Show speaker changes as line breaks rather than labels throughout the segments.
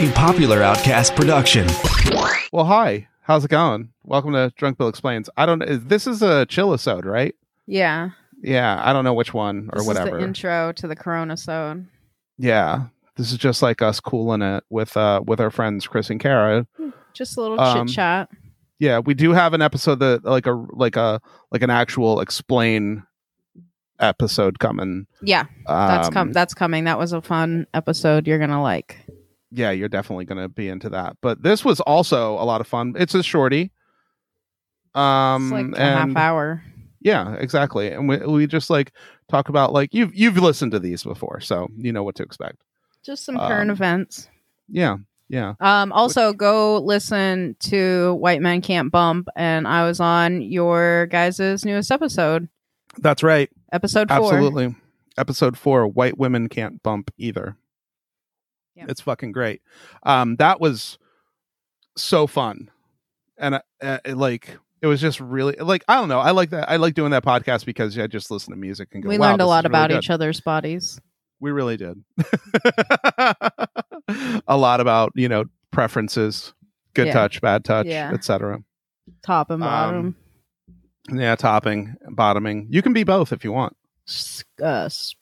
A popular outcast production.
Well, hi. How's it going? Welcome to Drunk Bill Explains. I don't. is- This is a chill episode, right?
Yeah.
Yeah, I don't know which one or
this
whatever.
Is the intro to the Corona Sode.
yeah, this is just like us cooling it with uh with our friends Chris and Kara.
Just a little
Um,
chit chat.
Yeah, we do have an episode that like a like a like an actual explain episode coming.
Yeah, that's
Um,
com- that's coming. That was a fun episode. You're gonna like.
yeah, you're definitely going to be into that. But this was also a lot of fun. It's a shorty. Um,
it's like a
and
half hour.
yeah, exactly. And we we just like talk about like you've you've listened to these before, so you know what to expect.
Just some current
um,
events.
Yeah, yeah.
Um, also, go listen to White Men Can't Bump, and I was on your guys' newest episode,
That's right.
episode four.
Absolutely. Episode four, White Women Can't Bump Either.
Yeah.
It's fucking great. Um, that was so fun. And uh, uh, it, like, it was just really, like, I don't know. I like that. I like doing that podcast because I just listen to music and go,
We
wow,
learned a
this
lot
is really
about
good.
each other's bodies.
We really did. a lot about, you know, preferences, good
Yeah.
touch, bad touch,
Yeah.
etc.
Top and
Um,
bottom.
Yeah, topping, bottoming. You can be both if you want.
s- uh, s-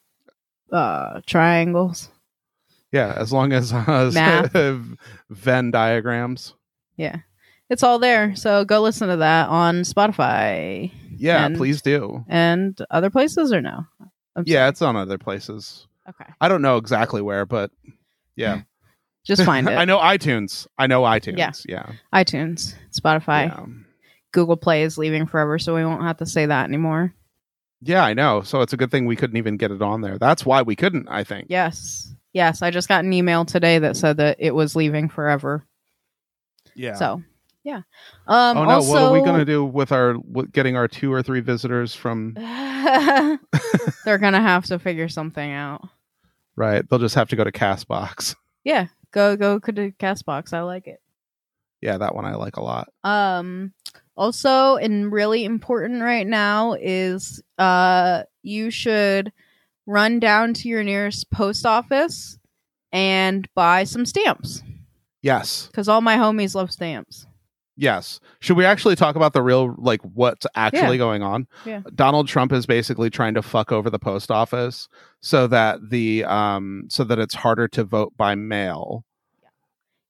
uh, triangles.
Yeah, as long as uh,
Math.
Venn diagrams.
It's all there. So go listen to that on Spotify
Yeah,
And-
please do.
and other places or no? I'm
Yeah, it's on other places.
sorry. Okay.
I don't know exactly where, but yeah,
Just find
I
it.
know iTunes. I know iTunes.
Yeah.
yeah.
iTunes, Spotify,
Yeah.
Google Play is leaving forever, so we won't have to say that anymore.
Yeah, I know. So it's a good thing we couldn't even get it on there. That's why we couldn't. I think.
Yes. Yes. I just got an email today that said that it was leaving forever.
Yeah.
So, yeah. Um,
oh no!
also,
what are we gonna do with our with getting our two or three visitors from?
they're going to have to figure something out.
Right, they'll just have to go to Castbox.
Yeah. Go, go to Castbox. I like it.
Yeah, that one I like a lot.
Um also and really important right now is uh you should run down to your nearest post office and buy some stamps
Yes,
cuz all my homies love stamps.
yes. Should we actually talk about the real like what's actually going on?
Yeah.
Donald Trump is basically trying to fuck over the post office so that the um so that it's harder to vote by mail,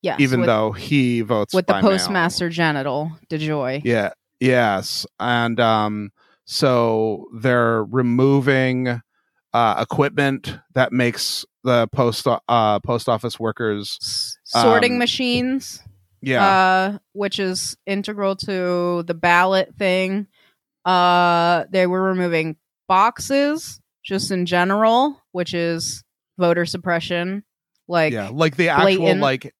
Yes.
even
with,
though he votes
with
by
the
mail.
postmaster genital DeJoy.
Yeah. Yes. And um, so they're removing uh, equipment that makes the post o- uh, post office workers.
S- Sorting
Um,
machines,
Yeah.
uh, which is integral to the ballot thing. Uh, they were removing boxes just in general, which is voter suppression. Like,
yeah. Like the actual
blatant-
like.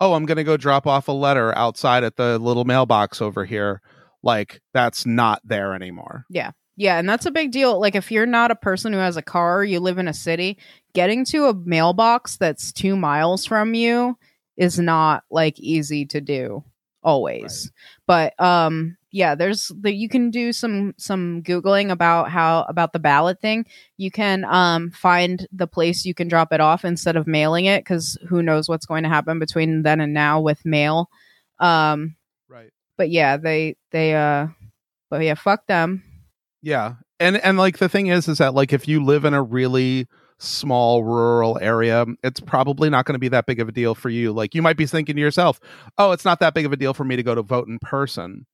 Oh, I'm gonna go drop off a letter outside at the little mailbox over here. Like that's not there anymore.
Yeah, and that's a big deal. Like, if you're not a person who has a car, you live in a city, getting to a mailbox that's two miles from you is not like easy to do always. But um, yeah, there's that you can do some some googling about how about the ballot thing. You can um find the place you can drop it off instead of mailing it because who knows what's going to happen between then and now with mail. Um,
Right.
but yeah, they they uh, but yeah, fuck them.
Yeah. And and like the thing is is that like if you live in a really small rural area, it's probably not going to be that big of a deal for you. Like you might be thinking to yourself, "Oh, it's not that big of a deal for me to go to vote in person."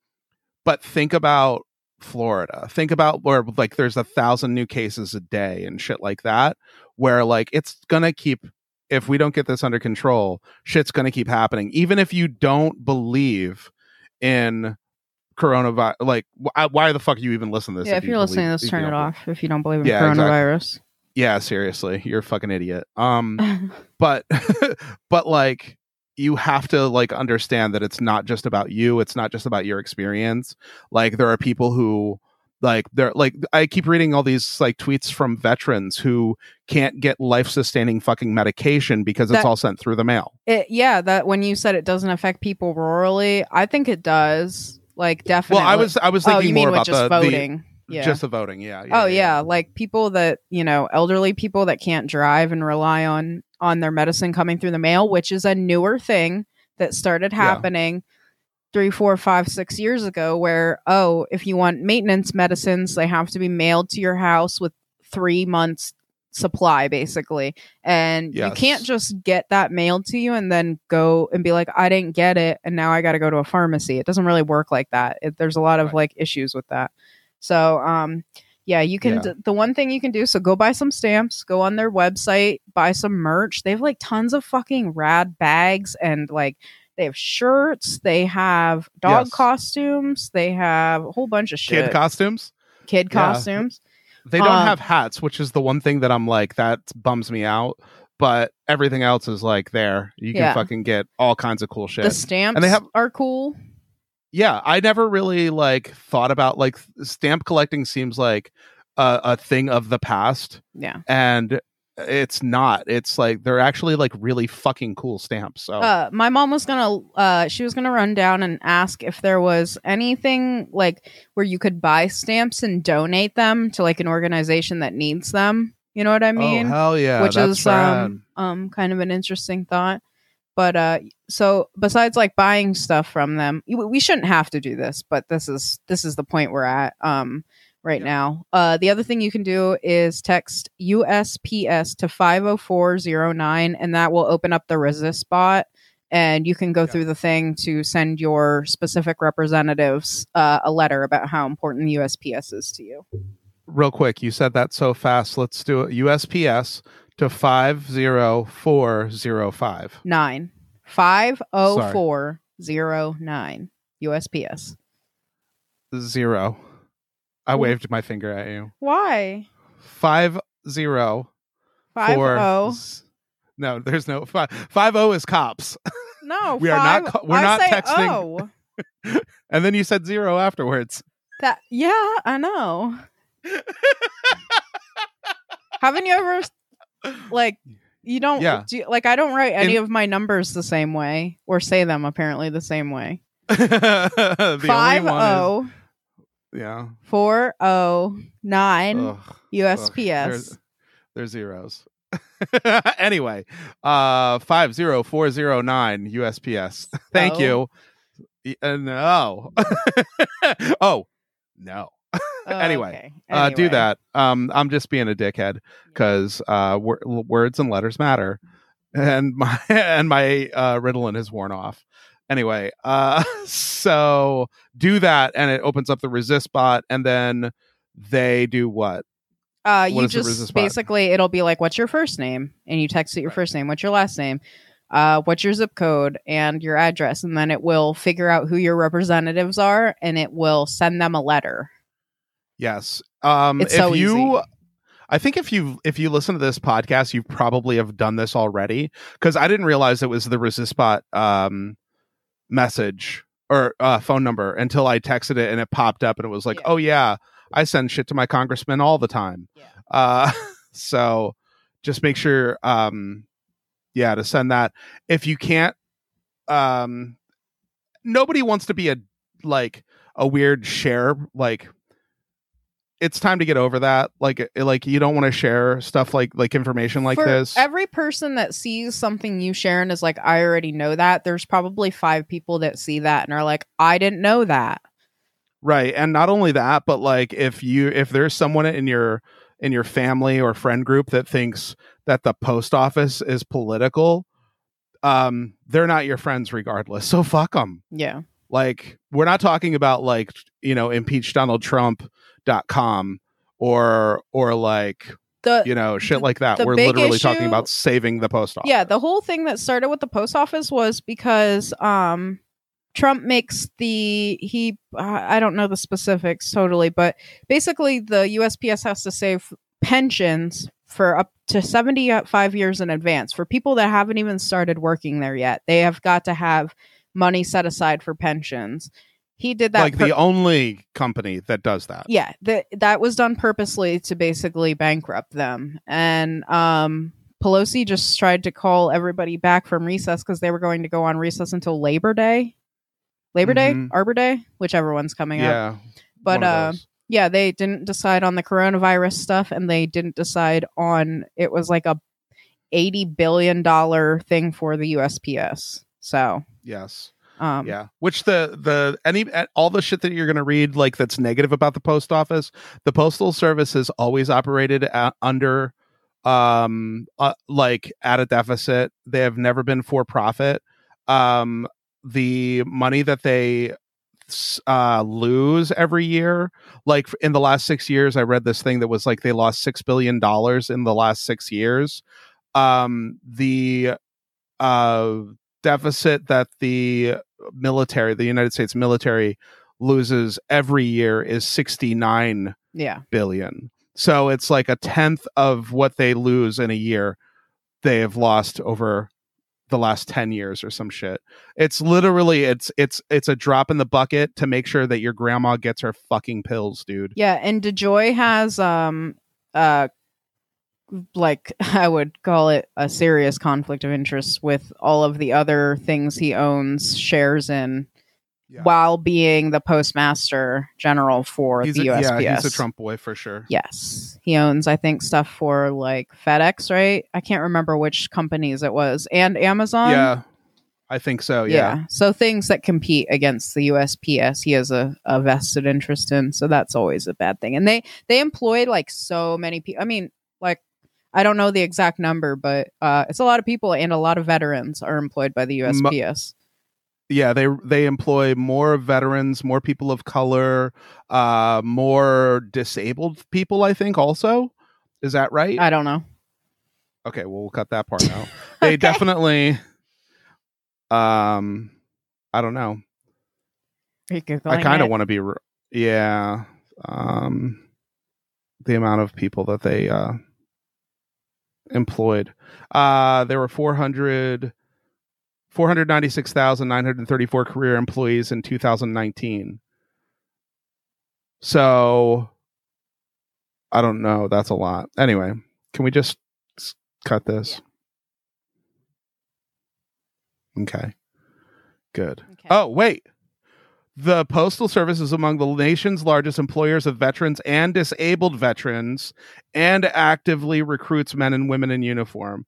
But think about Florida. Think about where like there's a thousand new cases a day and shit like that where like it's going to keep if we don't get this under control, shit's going to keep happening even if you don't believe in coronavirus like why, why the fuck are you even listening to this
Yeah,
if
if
you
you're listening to
believe-
this,
if you
turn
don't
it
believe-
off if you don't believe in
Yeah, exactly.
coronavirus.
yeah seriously you're a fucking idiot um but but like you have to like understand that it's not just about you it's not just about your experience like there are people who like they're like i keep reading all these like tweets from veterans who can't get life sustaining fucking medication because it's
That-
all sent through the mail
It- yeah, that when you said it doesn't affect people rurally, I think it does. Like definitely.
well i was i was
oh,
thinking
you mean
more about
with
the,
just
the
voting? Yeah.
Just the voting, yeah.
oh yeah, like people that you know, elderly people that can't drive and rely on on their medicine coming through the mail, which is a newer thing that started
Yeah.
happening three, four, five, six years ago. Where oh, if you want maintenance medicines, they have to be mailed to your house with three months supply basically and you
Yes.
can't just get that mailed to you and then go and be like i didn't get it and now i got to go to a pharmacy it doesn't really work like that it, there's a lot of
Right.
like issues with that so um yeah you can
Yeah.
d- the one thing you can do so go buy some stamps go on their website buy some merch they have like tons of fucking rad bags and like they have shirts they have dog
Yes.
costumes they have a whole bunch of shit
Kid costumes.
Kid
Yeah.
costumes
They don't
Uh,
have hats, which is the one thing that I'm like that bums me out. But everything else is like there. You can
Yeah.
fucking get all kinds of cool shit.
the stamps
And they have-
are cool
yeah, I never really like thought about like stamp collecting seems like a, a thing of the past,
yeah
and it's not. It's like they're actually like really fucking cool stamps. So
Uh, my mom was gonna, uh, she was gonna run down and ask if there was anything like where you could buy stamps and donate them to like an organization that needs them. You know what I mean?
oh hell yeah,
Which
that's
is
rad.
um, um, kind of an interesting thought. But uh, so besides like buying stuff from them, you- we shouldn't have to do this. But this is this is the point we're at um, right
Yeah.
now. Uh, the other thing you can do is text USPS to five zero four zero nine, and that will open up the resist bot, and you can go
Yeah.
through the thing to send your specific representatives uh, a letter about how important the USPS is to you.
real quick you said that so fast let's do it usps to 50405
Nine five zero four zero nine USPS.
zero i waved my finger at you
Why?
five zero
Five
four
oh.
z- no there's no five five oh is cops
No,
We are not
five-
co- we're
I
not
say
texting.
Oh,
and then you said zero afterwards
that yeah, I know. Haven't you ever like you don't
Yeah.
do you- like I don't write any
In-
of my numbers the same way or say them apparently the same way.
the
Five
only one
oh
is, yeah
four oh nine
Ugh.
USPS.
There's, there's zeros. anyway, uh, five zero four zero nine USPS. Thank
So?
you. Y- uh, no. oh no.
Oh,
anyway,
okay.
Uh, do
Anyway.
that. Um, I'm just being a dickhead because uh, wor- words and letters matter, and my and my uh, Ritalin is worn off. Anyway, uh, so do that, and it opens up the resist bot, and then they do what?
Uh,
What
you
is the resist
just
bot?
basically it'll be like, "What's your first name?" and you text it your
Right.
first name. What's your last name? Uh, what's your zip code and your address? And then it will figure out who your representatives are, and it will send them a letter.
Yes. Um
It's
if
so
you
easy.
I think if you if you listen to this podcast, you probably have done this already cuz I didn't realize it was the Resistbot um message or uh phone number until I texted it and it popped up and it was like,
Yeah.
"Oh yeah, I send shit to my congressman all the time."
Yeah.
Uh so just make sure um yeah, to send that. If you can't um nobody wants to be a like a weird share like it's time to get over that like it- like you don't want to share stuff like like information like
For
this
every person that sees something you share and is like, "I already know that," there's probably five people that see that and are like, "I didn't know that."
right and not only that but like if you if there's someone in your in your family or friend group that thinks that the post office is political um they're not your friends regardless so fuck them
Yeah,
like we're not talking about like you know impeach donald trump.com or or like
the
you know shit like that
Uh, the
we're
big
literally talking
issue-
about saving the post office
Yeah, the whole thing that started with the post office was because um Trump makes the he uh, I don't know the specifics totally, but basically the USPS has to save pensions for up to 75 years in advance for people that haven't even started working there yet. They have got to have money set aside for pensions. He did that
like
per-
the only company that does that.
yeah that that was done purposely to basically bankrupt them and um pelosi just tried to call everybody back from recess because they were going to go on recess until labor day labor
Mhm.
day arbor day whichever one's coming up
Yeah.
But,
one of
uh,
those.
yeah, they didn't decide on the coronavirus stuff and they didn't decide on it was like a 80 billion dollar thing for the USPS. So,
Yes.
um
yeah. Which the the any all the shit that you're going to read like that's negative about the post office, the postal service has always operated a under um uh, like at a deficit. They have never been for profit. Um the money that they s- uh lose every year like in the last 6 years I read this thing that was like they lost 6 billion dollars in the last 6 years. Um the uh deficit that the military, the United States military loses every year is 69
yeah.
billion. So it's like a tenth of what they lose in a year they have lost over the last 10 years or some shit. It's literally it's it's it's a drop in the bucket to make sure that your grandma gets her fucking pills, dude.
Yeah, and DeJoy has um uh like I would call it a serious conflict of interest with all of the other things he owns shares in
Yeah.
while being the postmaster general for
He's a,
the USPS.
yeah, he's a Trump boy for sure.
Yes. He owns, I think, stuff for like FedEx, right? I can't remember which companies it was. And Amazon.
yeah. I think so, Oh, yeah.
So things that compete against the USPS, he has a, a vested interest in. So that's always a bad thing. And they they employ like so many people. I mean, like I don't know the exact number, but uh, it's a lot of people and a lot of veterans are employed by the USPS.
yeah they they employ more veterans more people of color uh more disabled people i think also is that right
I don't know.
okay well we'll cut that part out they
Okay.
definitely um i don't know
Are you
i
Googling
kind of
it?
want to be r yeah um the amount of people that they uh employed uh there were 400 496,934 career employees in 2019 so i don't know that's a lot anyway can we just s- cut this okay good
Okay.
Oh, wait. The Postal Service is among the nation's largest employers of veterans and disabled veterans and actively recruits men and women in uniform.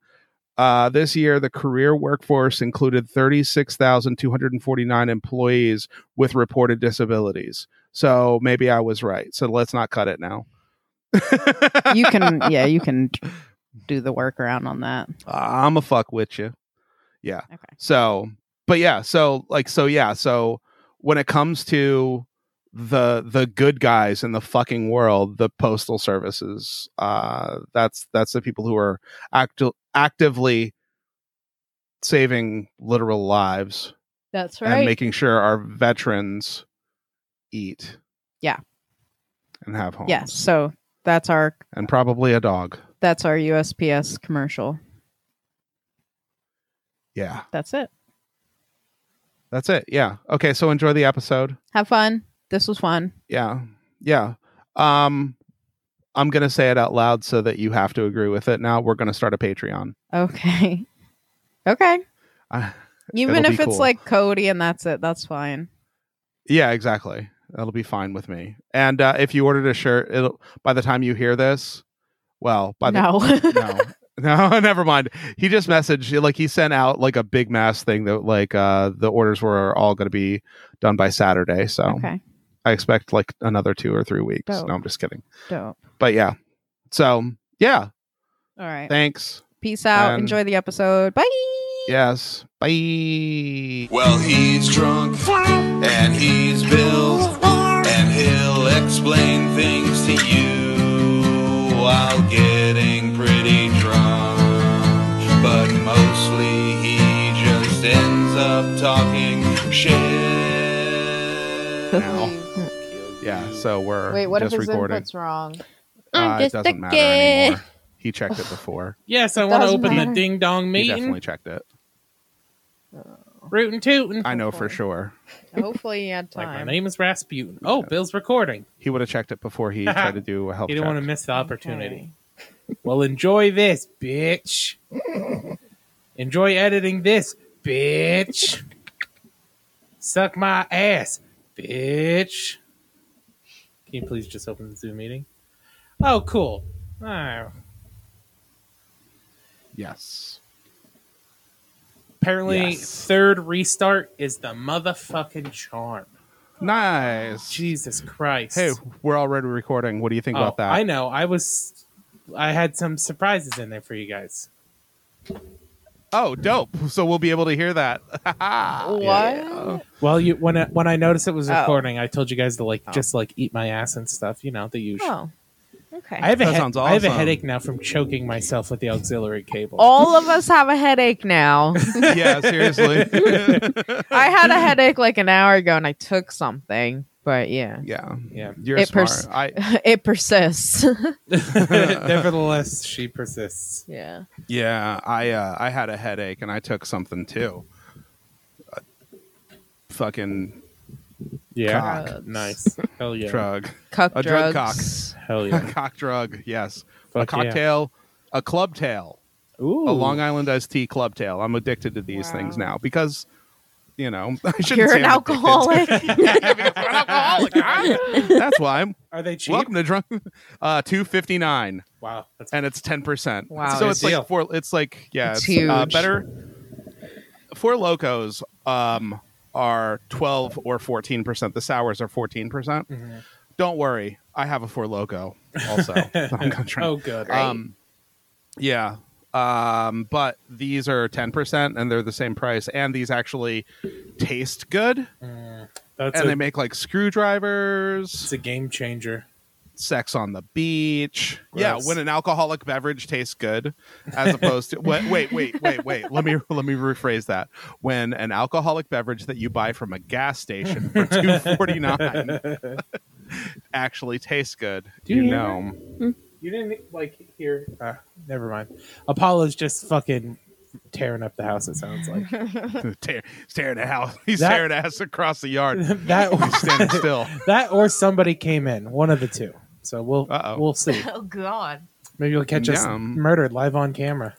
Uh, this year, the career workforce included 36,249 employees with reported disabilities. So maybe I was right. So let's not cut it now.
you can yeah, you can do the workaround on that.
I'm a fuck with you. Yeah.
Okay.
So, but yeah, so like so yeah, so when it comes to the the good guys in the fucking world, the postal services, uh that's that's the people who are acti- actively saving literal lives
That's
and making sure our veterans eat.
Yeah.
And have homes.
Yes. So that's our
And probably a dog.
that's our USPS commercial.
Yeah.
That's it.
That's it. Yeah. Okay, so enjoy the episode.
Have fun. This was fun.
yeah yeah um i'm gonna say it out loud so that you have to agree with it now we're gonna start a patreon Uh,
Okay. Okay.
I-
Even
It'll
if
be
it's
cool.
like Cody and that's it, that's fine.
yeah exactly that'll be fine with me and uh, if you ordered a shirt it'll by the time you hear this well by the
no.
no no never mind he just messaged like he sent out like a big mass thing that like uh the orders were all gonna be done by saturday so
okay.
i expect like another two or three weeks
Dope.
no i'm just kidding
Dope.
but yeah so yeah
All right.
thanks
Peace out.
and-
Enjoy the episode. Bye.
Yes. Bye.
Well, he's drunk and he's Bill, and he'll explain things to you while getting pretty drunk. But mostly he just ends up talking shit.
Yeah. So we're
Wait, what
Oh, just
if his
recording.
input's wrong?
Uh, it doesn't matter anymore. He checked it before.
Yes, I want to
Doesn't
open
matter.
the ding dong
He definitely
meeting.
checked it.
Rootin' tootin'.
I know for sure.
Hopefully you had
Like, my
time.
name is Rasputin. Oh, Bill's recording.
He would have checked it before he tried to do a health
You don't
check.
want to miss the opportunity. Well, enjoy this, bitch. enjoy editing this, bitch. Suck my ass, bitch. Can Can you please just open the Zoom meeting? Oh, cool. Ah,
Yes.
apparently,
Yes.
third restart is the motherfucking charm.
Nice.
Jesus Christ.
Hey, we're already recording. What do you think
Oh,
about that?
I know. I was. I had some surprises in there for you guys.
Oh, dope. So we'll be able to hear that.
What?
Well, you when I, when I noticed it was
Oh.
recording, I told you guys to like just like eat my ass and stuff. You know the usual.
Oh, okay.
I have a
That
head-
sounds
I have a
awesome.
headache now from choking myself with the auxiliary cable.
All of us have a headache now.
yeah, seriously.
I had a headache like an hour ago, and I took something. But yeah,
yeah.
Yeah.
You're
It
smart.
pers-
I
it persists.
Nevertheless, she persists.
yeah.
yeah, I uh, I had a headache and I took something too. Uh, fucking
Yeah.
Drugs.
Nice. Hell yeah.
drug.
Cuck
A drug
drugs.
Hell
A
yeah.
cock drug, yes.
Fuck yeah.
a cocktail, a club tail.
Ooh.
A Long Island iced tea club tail. I'm addicted to these
Wow.
things now because you know, I shouldn't
You're
say
an
I'm addicted.
alcoholic.
Yeah, because I'm an alcoholic. huh? That's why I'm
Are they cheap?
welcome to drunk uh 259.
Wow. That's
and it's ten percent.
Wow.
So
Good
it's
deal.
like four. It's like yeah,
It's
it's, uh,
huge.
better. Four locos um, are twelve or fourteen percent. The sours are fourteen percent.
Mhm.
Don't worry, I have a four loco also. that I'm gonna drink.
Oh, good.
um, yeah. Um, but these are ten percent, and they're the same price. And these actually taste good,
Mm, that's
and
a,
they make like screwdrivers.
it's a game changer.
sex on the beach. Yeah,
Gross.
when an alcoholic beverage tastes good, as opposed to wait, wait, wait, wait, wait. Let me let me rephrase that. When an alcoholic beverage that you buy from a gas station for two forty nine actually tastes good,
Do
you
you
know.
You didn't like hear. Uh, never mind. Apollo's just fucking tearing up the house. It sounds like
Tear, staring at house, he's
That-
staring at us across the yard.
that.
He's standing still.
That or somebody came in. One of the two. So we'll
Uh-oh.
we'll see.
Oh God.
Maybe you'll catch us
Yum.
murdered live on camera.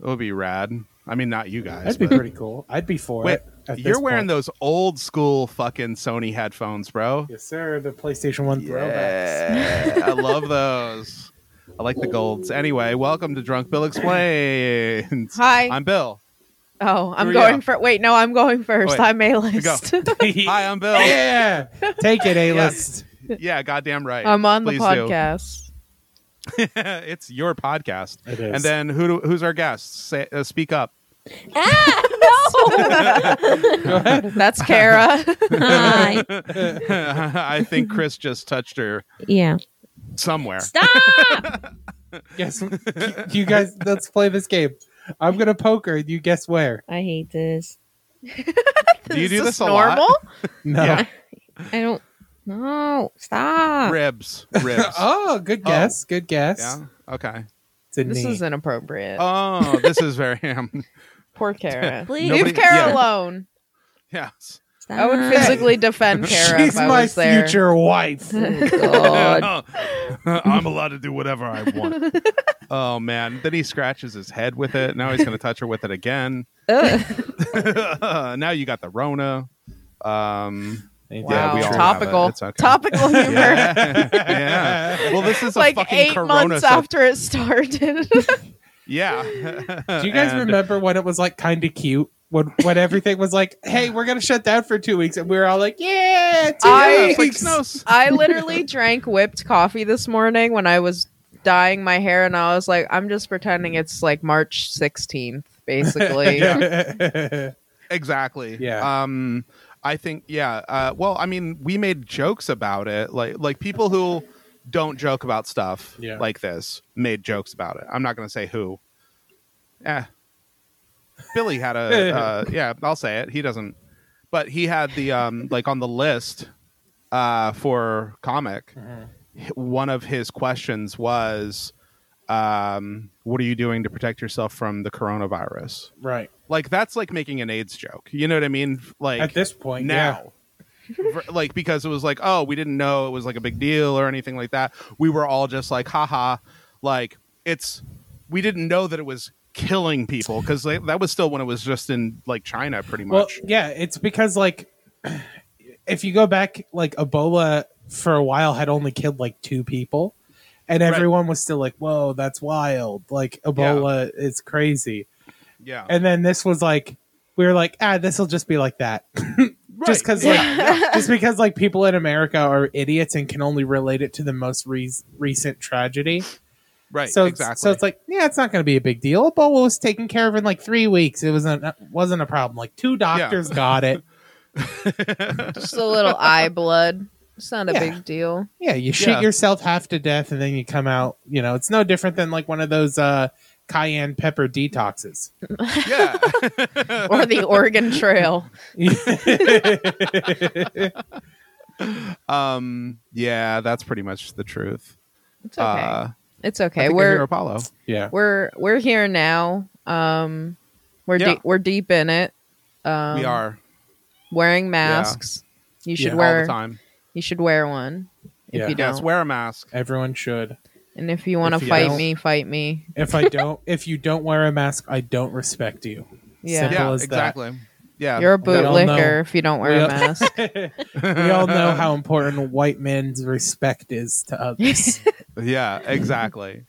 It would be rad. I mean, not you guys.
That'd be
but-
pretty cool. I'd be for
Wait,
it. at
you're
this
wearing
point.
those old school fucking Sony headphones, bro.
Yes, sir. The PlayStation One
Yeah,
throwbacks.
I love those. I like the golds. Anyway, welcome to Drunk Bill Explains.
Hi.
I'm Bill.
Oh, I'm
Here we
going
are.
for. Wait, no, I'm going first.
Wait.
I'm A list.
Hi, I'm Bill.
yeah, take it, A list.
Yeah, goddamn right.
I'm on the
Please
podcast.
do. it's your podcast.
It is.
And then who do, who's our guest? Say, uh, speak up.
That's Kara.
Hi.
I think Chris just touched her
Yeah.
somewhere.
Stop.
Guess you guys. Let's play this game. I'm gonna poker. You guess where?
I hate this.
Do you do
Is
this a lot?
No.
Yeah.
I don't. No. Stop.
Ribs, ribs.
Oh, good guess. Good guess.
Yeah. Okay.
It's a
This
knee.
is inappropriate.
Oh, this is very um,
Poor Kara.
Please.
Nobody-
Leave Kara
yeah.
alone.
yes.
Stop.
I
Oh,
Uh,
would physically defend Kara
She's
if I
my
was there.
future wife.
God.
I'm allowed to do whatever I want. oh man! Then he scratches his head with it. Now he's going to touch her with it again.
Ugh.
now you got the Rona. Um,
Wow.
we all have it.
Topical.
It's okay.
Topical humor.
yeah. yeah. Well, this is a
like
fucking
eight
Corona.
months
sub-
after it started.
yeah.
Do you guys
And-
remember when it was like kind of cute? When when everything was like, "Hey, we're gonna shut down for two weeks," and we were all like, "Yeah, two
Yeah,
I-
it's like
weeks."
snows.
I literally drank whipped coffee this morning when I was dyeing my hair, and I was like, I'm just pretending it's like March 16th, basically.
yeah.
Exactly.
Yeah.
Um, I think yeah. Uh, well, I mean, we made jokes about it. Like like people who don't joke about stuff
Yeah.
like this made jokes about it. I'm not gonna say who. Eh. Billy had a uh, yeah. I'll say it. He doesn't, but he had the um like on the list uh for comic.
Mm-hmm.
h- One of his questions was, um, "What are you doing to protect yourself from the coronavirus?"
Right.
like that's like making an AIDS joke. You know what I mean? Like
At this point, yeah.
now, Ver- like because it was like oh we didn't know it was like a big deal or anything like that. We were all just like haha, like it's we didn't know that it was killing people because that was still when it was just in like China pretty
Well,
much.
yeah, it's because like if you go back, like Ebola for a while had only killed like two people, and
Right.
everyone was still like, "Whoa, that's wild! Like Ebola is crazy."
Yeah.
And then this was like, we were like, "Ah, this will just be like that." just because like just because like people in america are idiots and can only relate it to the most re- recent tragedy
right.
so
exactly.
so it's like yeah it's not going to be a big deal ebola was taken care of in like three weeks it wasn't uh, wasn't a problem like two doctors got it
Just a little eye blood. It's not a
Yeah.
big deal.
yeah you shoot
Yeah.
yourself half to death and then you come out you know it's no different than like one of those uh cayenne pepper detoxes
yeah.
Or the Oregon Trail.
um. Yeah, that's pretty much the truth.
It's okay.
Uh,
it's
I
okay.
think I hear
We're
Apollo.
yeah
we're we're here now. Um, we're
Yeah.
deep we're deep in it. Um,
we are
wearing masks. You should
Yeah.
all the
wear
time.
you should wear one if
Yeah.
you
Yes,
don't.
wear a mask.
everyone should
and if you want to
If you
fight
don't-
me, fight me.
if i don't if you don't wear a mask i don't respect you
Yeah.
Simple
Yeah,
as that.
exactly. Yeah,
You're a
We all know.
bootlicker if you don't wear
We
a
all-
mask.
we all know how important white men's respect is to others.
yeah, exactly.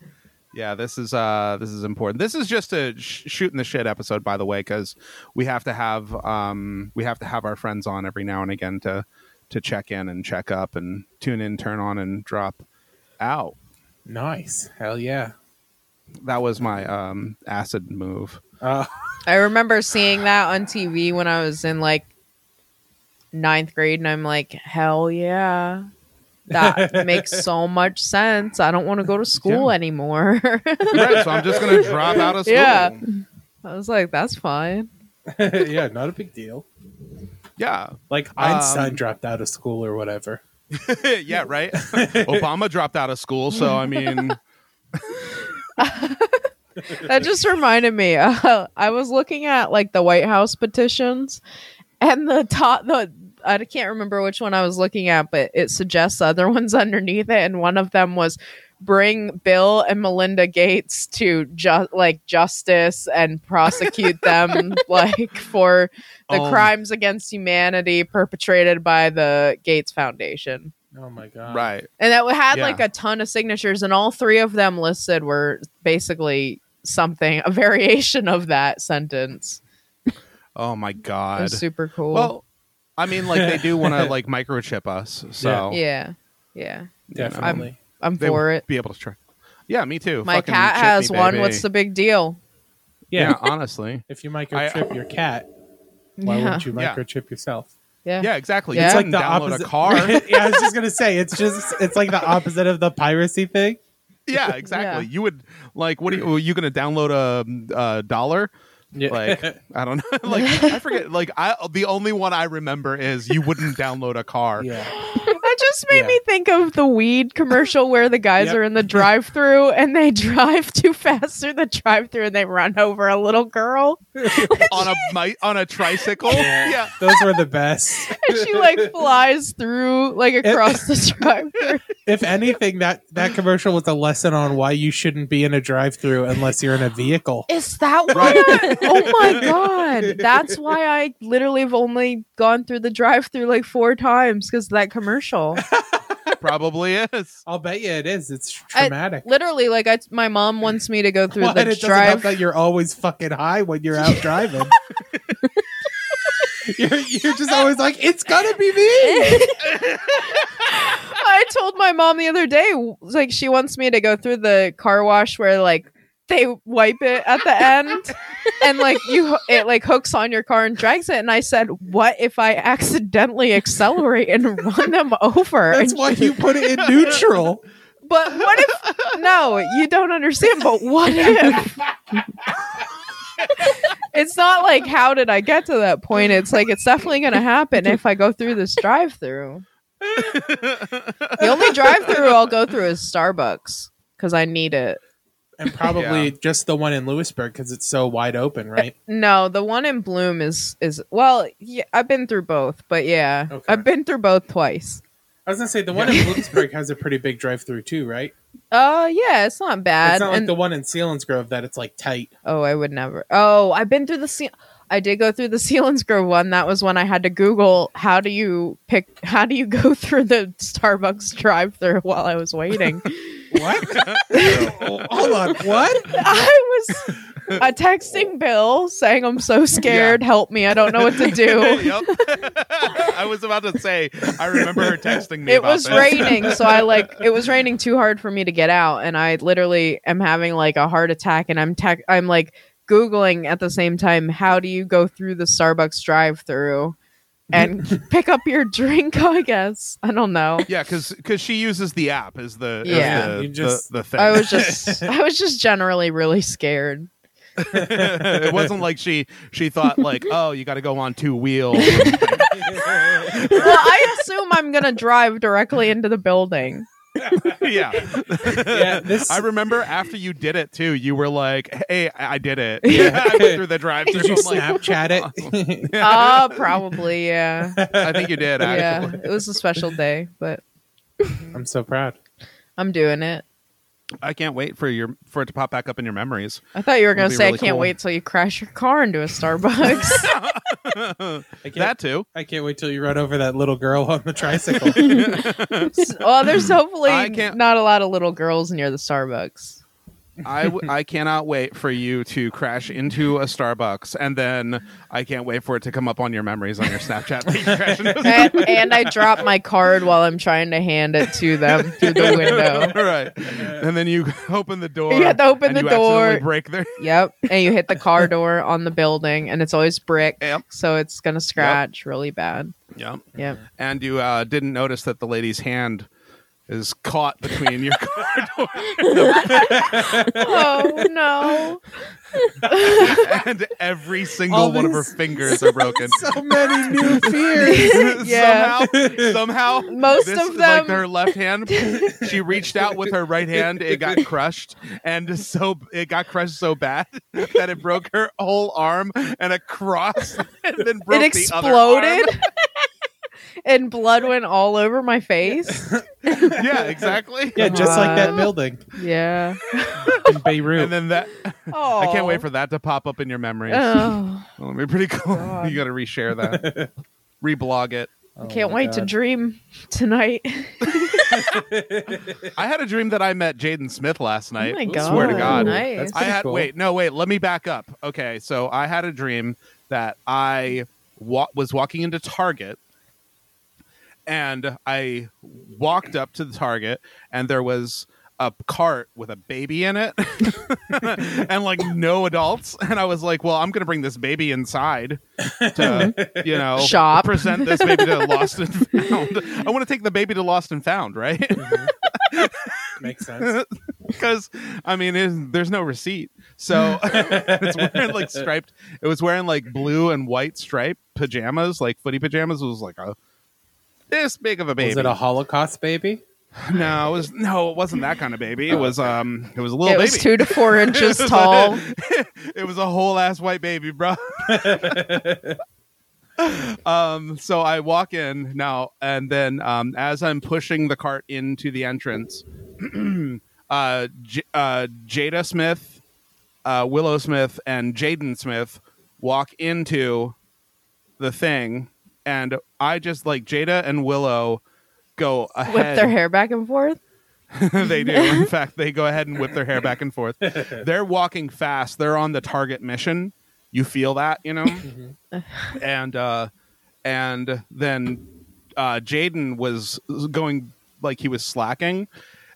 Yeah, this is uh this is important. This is just a sh- shooting the shit episode, by the way, because we have to have um we have to have our friends on every now and again to to check in and check up and tune in, turn on and drop out.
nice. Hell yeah.
That was my um acid move.
Uh,
I remember seeing that on TV when I was in like ninth grade, and I'm like, hell yeah. That makes so much sense. I don't want to go to school
Yeah.
anymore.
right, so I'm just gonna drop out of school.
Yeah. I was like, that's fine.
yeah, not a big deal.
Yeah.
Like
Um,
Einstein dropped out of school or whatever.
yeah, right. Obama dropped out of school, so I mean
That just reminded me. Uh, I was looking at like the White House petitions, and the top the I can't remember which one I was looking at, but it suggests other ones underneath it, and one of them was bring Bill and Melinda Gates to ju- like justice and prosecute them like for the
Um,
crimes against humanity perpetrated by the Gates Foundation.
Oh my god.
Right.
And that had
Yeah.
like a ton of signatures, and all three of them listed were basically something, a variation of that sentence.
Oh my
It
god.
was super cool.
Well, I mean, like they do want to like microchip us, so
yeah, yeah,
you know,
Definitely.
I'm
they
for
will
it.
Be able to try. Yeah, me too.
My
Fucking
cat
chip
has
me,
one.
baby.
What's the big deal?
yeah.
yeah, honestly.
If you microchip your cat, why
yeah.
wouldn't you
Yeah.
microchip yourself?
Yeah.
Yeah, exactly.
Yeah.
You
It's
couldn't download a car.
yeah, I was just gonna say it's just it's like the opposite of the piracy thing.
yeah, exactly.
Yeah.
You would like. What are you, were you going to download a, um, a dollar?
Yeah.
Like I don't know. like I forget. Like I, the only one I remember is you wouldn't download a car.
yeah.
That just made
Yeah.
me think of the weed commercial where the guys
Yep.
are in the drive-through and they drive too fast through the drive-through and they run over a little girl.
on a mi- on a tricycle.
Yeah.
yeah.
Those were the best.
And she like flies through like across the drive-through.
If anything, that that commercial was a lesson on why you shouldn't be in a drive-through unless you're in a vehicle.
Is that why?
Right.
I- oh my god! That's why I literally have only gone through the drive-through like four times because of that commercial.
Probably is.
I'll bet you it is. It's
I-
traumatic.
literally, like I, my mom wants me to go through
What?
the
it doesn't
drive.
help that you're always fucking high when you're out driving. you're, you're just always like, it's gonna be me.
I told my mom the other day, like she wants me to go through the car wash where like they wipe it at the end and like you it like hooks on your car and drags it and i said what if i accidentally accelerate and run them over
That's
And
why you put it in neutral.
But what if? no, you don't understand. But what if? it's not like how did I get to that point. It's like it's definitely going to happen if I go through this drive-through. the only drive-through I'll go through is Starbucks because I need it.
And probably
Yeah.
just the one in Lewisburg because it's so wide open, right?
No, the one in Bloom is is well. Yeah, I've been through both, but yeah,
Okay.
I've been through both twice.
I was gonna say the one in Lewisburg has a pretty big drive-through too, right?
Oh yeah, it's not bad.
It's not like
And-
the one in Sealands Grove that it's like tight.
Oh, I would never. Oh, I've been through the scene. I did go through the Sealands Grove one. That was when I had to Google how do you pick how do you go through the Starbucks drive through while I was waiting.
What? Hold on. What?
I was uh, texting Bill saying I'm so scared, help me, I don't know what to do.
Yep. I was about to say, I remember her texting me.
it
about
was
this.
raining so i like it was raining too hard for me to get out and i literally am having like a heart attack and i'm tech i'm like googling at the same time how do you go through the starbucks drive through and pick up your drink i guess i don't know
Yeah, because she uses the app as the as
Yeah.
the,
You just-
the, the thing.
i was just i was just generally really scared
it wasn't like she she thought like, oh, you got to go on two wheels.
well i assume i'm gonna drive directly into the building
yeah,
Yeah, this-
I remember after you did it too. You were like, hey, I I did it. Yeah, I went through the drive-through.
Did you
I'm like,
Snapchat it?
uh probably yeah
I think you did.
yeah
Actually.
it was a special day but
I'm so proud.
i'm doing it
I can't wait for your for it to pop back up in your memories.
I thought you were going
be
to say,
really
I can't
cool.
wait till you crash your car into a Starbucks.
I can't,
That too.
I can't wait till you run over that little girl on the tricycle.
well, there's hopefully
I can't-
not a lot of little girls near the Starbucks.
I, w- I cannot wait for you to crash into a Starbucks, and then I can't wait for it to come up on your memories on your Snapchat. that you crash into a
And, and I drop my card while I'm trying to hand it to them through the window.
All right. And then you open the door.
You have to
and
open the
you accidentally
door.
Break their.
Yep. And you hit the car door on the building, and it's always brick.
Yep.
So it's going to scratch really bad.
Yeah.
Yep.
And you uh, didn't notice that the lady's hand is caught between your car door
oh, no.
and every single
All
one of her
these-
fingers are broken.
so many new fears.
Yeah.
Somehow, somehow,
Most
this,
of
like
them-
her left hand. She reached out with her right hand. It got crushed, and so it got crushed so bad that it broke her whole arm and across, and then broke
it
the other arm.
exploded. and blood went all over my face.
Yeah, exactly.
Yeah, just like that
Wow.
building
Yeah.
in Beirut.
And then that
Oh.
I can't wait for that to pop up in your memories.
Oh,
That'll be pretty cool.
God.
You got to reshare that, reblog it.
Oh
can't
my
wait to
God.
dream tonight.
I had a dream that I met Jaden Smith last night.
Oh my
I Swear to
God.
God.
Nice.
That's
I
pretty
had
cool.
wait, no, wait. Let me back up. Okay, so I had a dream that I wa- was walking into Target, and I walked up to the Target, and there was a cart with a baby in it, and like no adults. And I was like, "Well, I'm going to bring this baby inside to, you know,
Shop.
present this baby to Lost and Found. I want to take the baby to Lost and Found, right?"
Makes sense.
because I mean, it, there's no receipt, so it's wearing like striped. It was wearing like blue and white striped pajamas, like footy pajamas. It was like a this big of a baby.
Was it a Holocaust baby?
no, it was no, it wasn't that kind of baby. It
Oh.
was um, it was a little
it
baby.
was two to four
It was
inches
a-
tall.
it was a whole ass white baby, bro. um, so I walk in now, and then um, as I'm pushing the cart into the entrance, uh, J- uh, Jada Smith, uh, Willow Smith, and Jaden Smith walk into the thing, and I just like Jada and Willow go ahead
Whip their hair back and forth.
they do. In fact, they go ahead and whip their hair back and forth. They're walking fast. They're on the target mission. You feel that, you know? and uh and then uh Jaden was going like he was slacking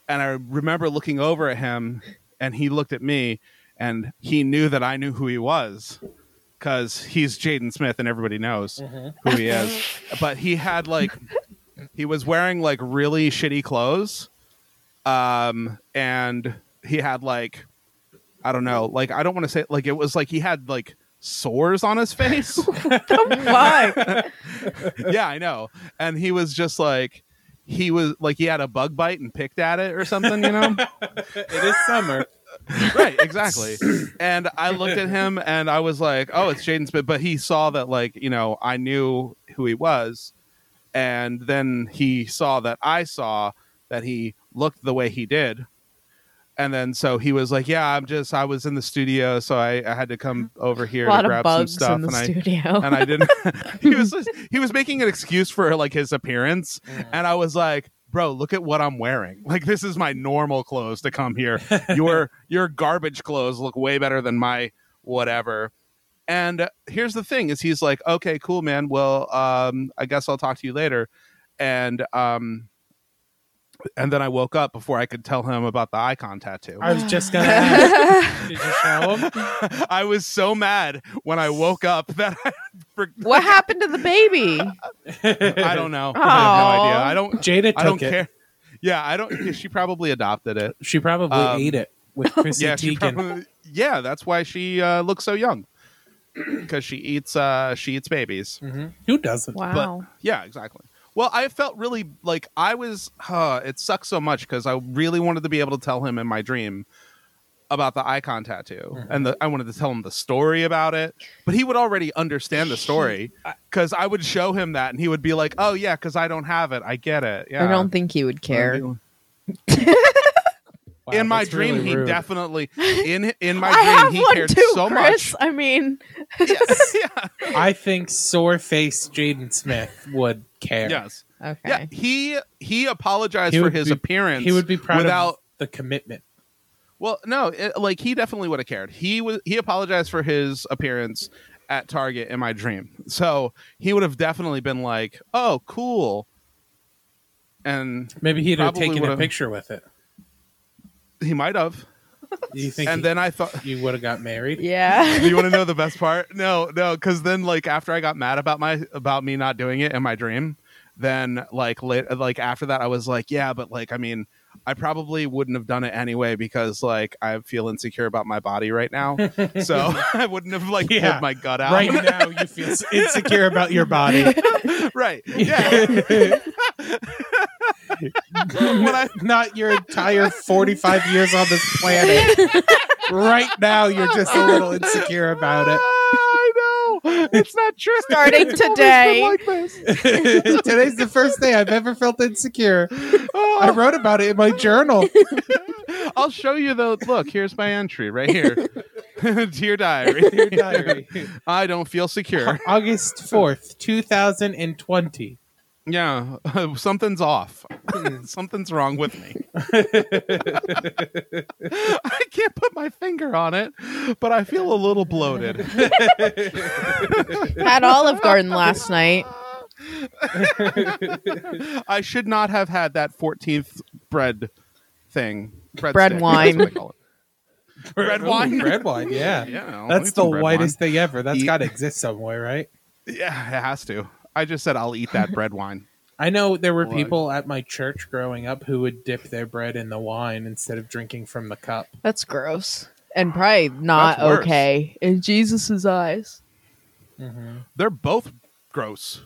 and I remember looking over at him and he looked at me and he knew that I knew who he was cuz he's Jaden Smith and everybody knows who he is. But he had like he was wearing like really shitty clothes um and he had like i don't know like i don't want to say like it was like he had like sores on his face
Why?
yeah i know and he was just like he was like he had a bug bite and picked at it or something you know
It is summer.
right exactly and i looked at him and i was like oh it's jaden smith but he saw that like you know i knew who he was and then he saw that i saw that he looked the way he did and then so he was like, "Yeah, I'm just I was in the studio, so I, I had to come over here
a lot
to
of
grab
bugs
some stuff."
in the
and I
studio.
and I didn't. he was he was making an excuse for like his appearance, and I was like, "Bro, look at what I'm wearing. Like this is my normal clothes to come here. Your your garbage clothes look way better than my whatever." And uh, here's the thing: is he's like, "Okay, cool, man. Well, um, I guess I'll talk to you later." And um, and then I woke up before I could tell him about the icon tattoo.
I was just gonna. ask, Did you show him?
I was so mad when I woke up that I, for,
what happened to the baby?
I don't know. I have no idea.
Aw.
I don't.
Jada took
I don't
it.
care. Yeah, I don't. She probably adopted it.
She probably
Um,
ate it with Chrissy
Yeah, she
Teigen.
probably. Yeah, that's why she uh, looks so young because she eats. Uh, she eats babies.
Mhm. Who doesn't?
Mm-hmm. Wow.
Yeah, exactly. Well, I felt really like I was. Huh, it sucks so much because I really wanted to be able to tell him in my dream about the icon tattoo,
Mm-hmm.
and the, I wanted to tell him the story about it. But he would already understand the story because I would show him that, and he would be like, "Oh yeah, because I don't have it. I get it. Yeah,
I don't think he would care.
Wow,
in my
that's
dream,
really
he
rude.
definitely in in my
I have
dream he
one
cared
too,
so
Chris. I mean,
much. yeah.
I think sore face Jaden Smith would care.
Yes.
okay.
Yeah. He he apologized
He
for
would
his
be-
appearance.
He would be proud
without.
of the commitment.
well, no, it- like he definitely would have cared. He was he apologized for his appearance at Target in my dream, so he would have definitely been like, "Oh, cool," and
Maybe he'd have
Probably
taken a
would've-
picture with it.
he might have.
Do you think?
And then I thought,
you would have got married.
Yeah.
Do you want to know the best part? No, no, because then like after I got mad about my about me not doing it in my dream, then like late, like after that I was like, yeah, but like I mean, I probably wouldn't have done it anyway because like I feel insecure about my body right now, so I wouldn't have like
Yeah.
pulled my gut out.
Right now, you feel s- insecure about your body.
right? Yeah. when I
Not your entire 45 years on this planet. Right now, you're just a little insecure about
Ah,
it.
I know it's not true.
Starting
It's always been
today.
like this.
Today's the first day I've ever felt insecure.
Oh.
I wrote about it in my journal.
I'll show you the look. Here's my entry right here. Dear diary.
Dear diary,
I don't feel secure.
August 4th, 2020.
Yeah, something's off. something's wrong with me. I can't put my finger on it, but I feel a little bloated.
had Olive Garden last night.
I should not have had that 14th bread thing. Bread,
Bread
stick,
wine.
that's what I call it. Red
Oh,
wine?
Red wine, yeah.
Yeah, I'll
That's
eat
the
some bread wine.
whitest thing ever. That's
Eat-
got to exist somewhere, right?
Yeah, it has to. I just said I'll eat that bread wine.
I know there were
Blood.
people at my church growing up who would dip their bread in the wine instead of drinking from the cup.
That's gross. And probably not
That's worse.
okay in Jesus' eyes.
They're both gross.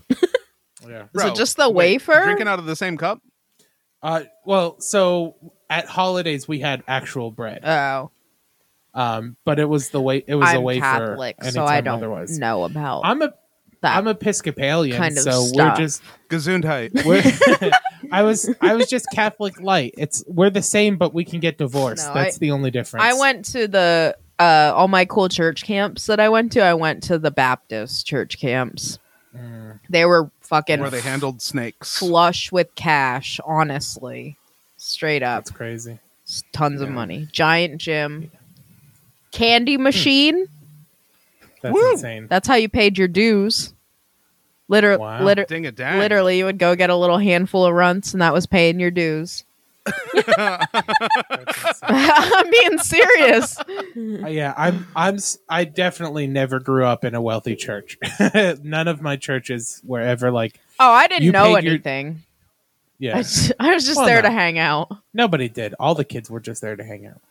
Yeah.
So
Bro,
just the
wait,
wafer?
drinking out of the same cup.
Uh, well, so at holidays we had actual bread,
Oh.
um, but it was the way it was a
I'm
wafer.
Catholic, so
anytime
I don't
Otherwise.
know about
I'm a
that.
am Episcopalian,
kind of
so
stuff.
we're just
Gesundheit.
we're, I was I was just Catholic light. It's we're the same, but we can get divorced.
No,
That's
I-
the only difference.
I went to the uh, all my cool church camps that I went to. I went to the Baptist church camps.
Mm.
They were fucking
where they handled snakes.
flush with cash, honestly, straight up,
That's crazy.
S- tons of money. Giant gym,
Hmm.
candy machine.
That's
Woo!
insane.
That's how you paid your dues. Liter-
Wow.
liter-
Ding a dang.
literally, you would go get a little handful of runts, and that was paying your dues.
That's insane.
I'm being serious.
Uh, yeah i'm i'm s- i definitely never grew up in a wealthy church none of my churches were ever like
Oh, I didn't
You
know
paid your-
anything. I,
yeah
just- I was just
Well,
there
no.
to hang out.
nobody did all the kids were just there to hang out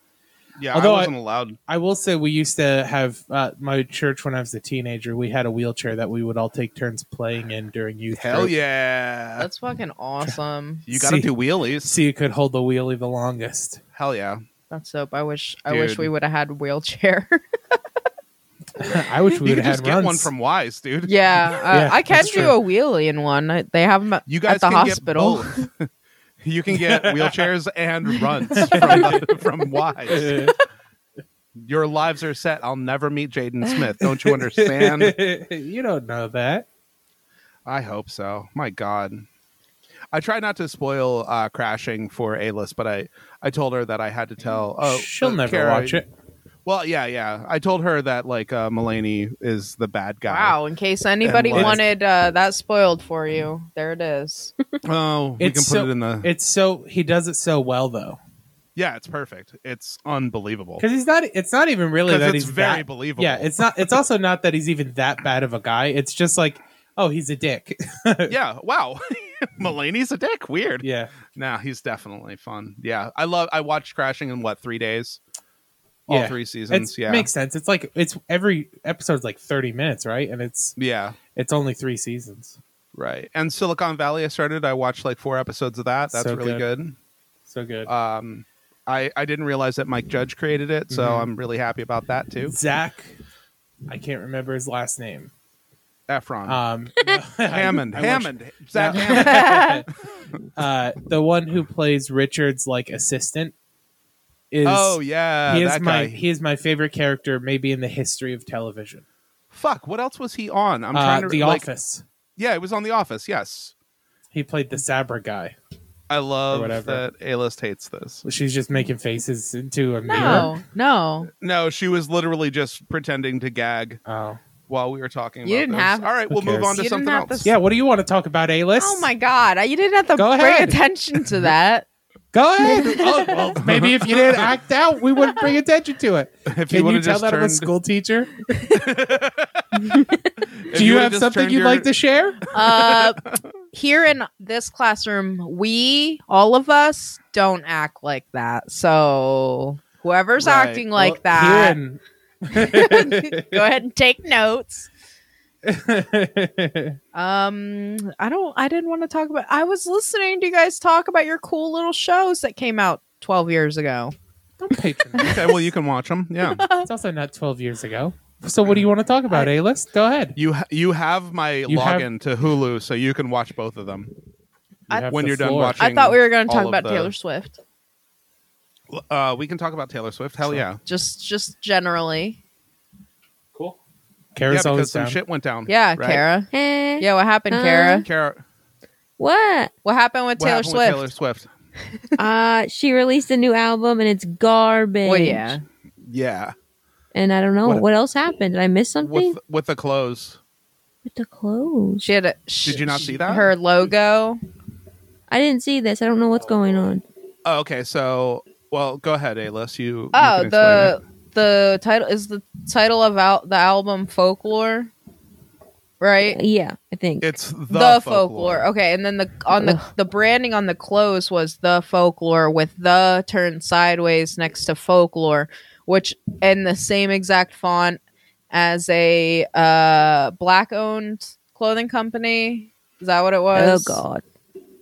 Yeah,
Although
I
I-
wasn't allowed.
i will say we used to have uh, my church when i was a teenager we had a wheelchair that we would all take turns playing in during youth
Hell
group.
yeah.
That's fucking awesome.
you got to
See-
do wheelies.
so you could hold the wheelie the longest
Hell yeah.
That's dope. I wish I wish
Dude.
we would have had wheelchair.
i wish we
You
would
could
have
just
had
get
runs.
one from Wise, dude.
yeah, uh,
Yeah,
I can
that's
do
true.
a wheelie in one. I- They have them
You guys
at the
can
hospital.
get both. You can get wheelchairs and runs from, from Wise. Your lives are set. I'll never meet Jaden Smith. Don't you understand?
you don't know that.
I hope so. My God. I try not to spoil uh, crashing for A list, but I, I told her that I had to tell. Oh,
She'll
uh,
never
Kara-
watch it.
Well, yeah, yeah. I told her that like uh, Mulaney is the bad guy.
Wow, in case anybody
And what-
wanted uh, that spoiled for you, there it is.
Oh, we can
It's
put
so-
it in the.
It's so he does it so well though,
yeah, it's perfect. It's unbelievable.
because he's not. It's not even really
'Cause
that
it's
he's
very
that-
believable.
Yeah, it's not. It's also not that he's even that bad of a guy. It's just like, oh, he's a dick.
yeah. Wow. Mulaney's a dick. Weird.
yeah,
Nah, he's definitely fun. Yeah, I love. I watched Crashing in what three days? All
Yeah.
three seasons.
it
yeah,
makes sense. It's like it's every episode's like thirty minutes, right? And it's
yeah,
it's only three seasons.
right. And Silicon Valley, I started. I watched like four episodes of that. That's
So
really
good.
good.
So good.
Um, I I didn't realize that Mike Judge created it, so
Mhm.
I'm really happy about that too.
Zach, I can't remember his last name.
Efron,
Um,
Hammond,
I watched-
Hammond, Zach
No.
Hammond.
uh, the one who plays Richard's like assistant is
Oh yeah,
he is
that
my
guy.
he is my favorite character maybe in the history of television.
Fuck. What else was he on? I'm
Uh,
trying to
the
like,
Office.
Yeah, it was on The Office. Yes,
He played the Sabra guy.
I love
whatever.
that. A list hates this.
She's just making faces into a mirror.
No, no.
No, she was literally just pretending to gag
Oh.
while we were talking.
You
about
didn't
this.
have-
All right,
Who
we'll move
cares?
on to
You didn't
something
have to
else.
s-
Yeah, what do you want to talk about, A list?
Oh my god, I- you didn't have to
Go
bring
ahead.
attention to that.
Go ahead. oh, well, maybe if you didn't act out, we wouldn't bring attention to it.
If
Can you,
would've
tell
just
that I'm a
turned-
school teacher?
if
Do you,
would've
have
just
something
turned
you'd
your-
like to share?
Uh, here in this classroom, we all of us don't act like that. So whoever's
Right.
acting like that,
Ian.
go ahead and take notes. Um, I don't. I didn't want to talk about. I was listening to you guys talk about your cool little shows that came out twelve years ago.
Don't patronize.
Okay, well you can watch them. Yeah,
It's also not 12 years ago. So what do you want to talk about, A list? Go ahead.
you ha- you have my
You have-
login to Hulu, so you can watch both of them.
I-
have
when
the
you're done
floor.
watching-
I thought we were going to
all
talk
of
about
the-
Taylor Swift.
Uh, we can talk about Taylor Swift. Hell yeah,
Just, just generally.
Cool.
yeah,
Kara's
because
always
some
down.
shit went down.
Yeah,
right?
Kara.
Eh,
Yeah, what happened,
Uh,
Kara?
Kara,
What?
What happened with
what
Taylor
happened with
Swift?
Taylor Swift?
Uh, she released a new album and it's garbage.
Well, Oh, yeah.
Yeah,
And I don't know
What-
what, else happened. Did I miss something
with
with,
with the clothes.
the clothes?
She had a. sh-
Did you not
sh-
see that?
Her logo.
I didn't see this. I don't know what's going on.
Oh, okay, so well, go ahead, Alice. You you
Oh,
can explain
the the title is the title of al- the album Folklore, right?
Yeah, I think.
it. it's the,
The, folklore.
folklore.
Okay, and then the on the
Ugh.
the branding on the clothes was the folklore with the turned sideways next to folklore, which in the same exact font as a uh, black owned clothing company. Is that what it
oh
was?
god.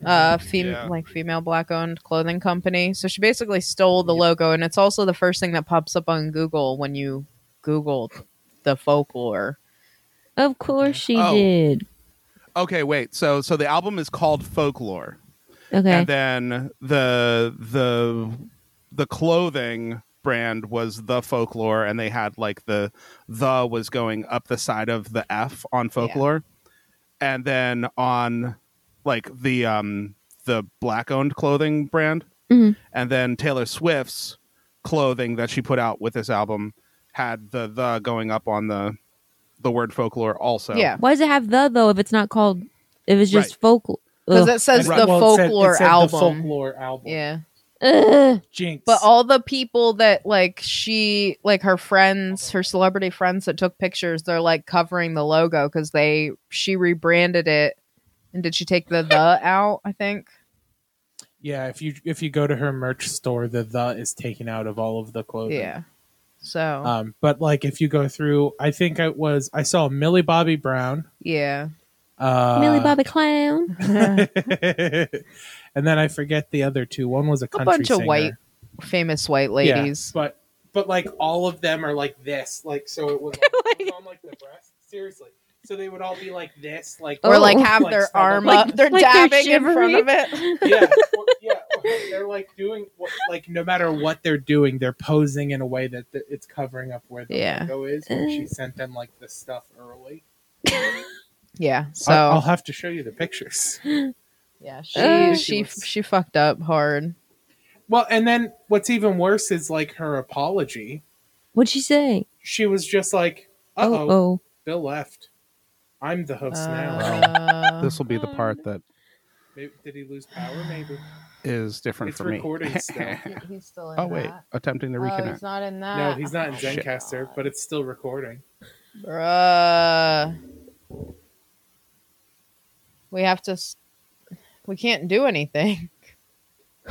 Mm,
uh fem-
Yeah.
like female black owned clothing company so she basically stole the logo and it's also the first thing that pops up on google when you google the folklore
Of course she
Oh.
did.
Okay, wait. So so the album is called Folklore,
Okay.
and then the the the clothing brand was the Folklore, and they had like the the was going up the side of the F on Folklore, and then on like the um the black owned clothing brand,
Mhm.
and then Taylor Swift's clothing that she put out with this album had the the going up on the the word folklore also
yeah
Why does it have the though if it's not called if it's just
Right.
folklore?
because it says
Right.
the
Well, it said- it
folklore
said the
album
folklore album.
yeah
Ugh.
Jinx.
but all the people that like she like her friends her celebrity friends that took pictures they're like covering the logo because they she rebranded it and did she take the the out i think
yeah, if you if you go to her merch store, the the is taken out of all of the clothing.
yeah so
Um, but like if you go through, I think it was I saw Millie Bobby Brown.
yeah
Uh,
Millie Bobby Clown.
and then I forget the other two. One was a country
bunch of
singer.
white famous white
Yeah,
ladies.
but but like all of them are like this. Like so it was like, it was on like the breast. Seriously. So they would all be like this, like
Or like
Oh.
have
Like
their
snuggled
arm
up.
up, they're
like they're
dabbing in front of it.
yeah, or- yeah, they're like doing what- like no matter what they're doing, they're posing in a way that th- it's covering up where the
Yeah. Uh.
logo is. When she sent them like the stuff early.
Yeah. So
I'll, I'll have to show you the pictures.
yeah, she
Uh,
she
she
f-
was-
she fucked up hard.
Well, and then what's even worse is like her apology.
What'd she say?
She was just like, "Uh
Oh,
oh,
oh.
Bill left. I'm the host now."
Uh,
This will be the part that
Maybe, did he lose power? Maybe
is different
it's
for me.
recording still.
he- he's still in
Oh wait,
that.
attempting to
Oh,
reconnect.
he's not in that.
No, he's not in
Oh,
ZenCaster, but it's still recording.
Bruh. We have to. s- We can't do anything.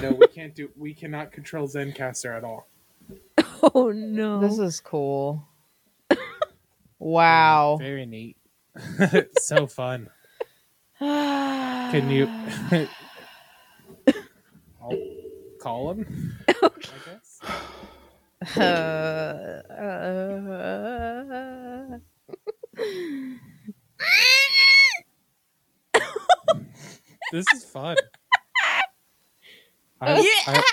No, we can't do. We cannot control ZenCaster at all.
Oh, no.
This is cool. wow.
very neat. so fun.
Can
Can you? I'll call him. I guess.
Uh, uh,
This is fun. I- I-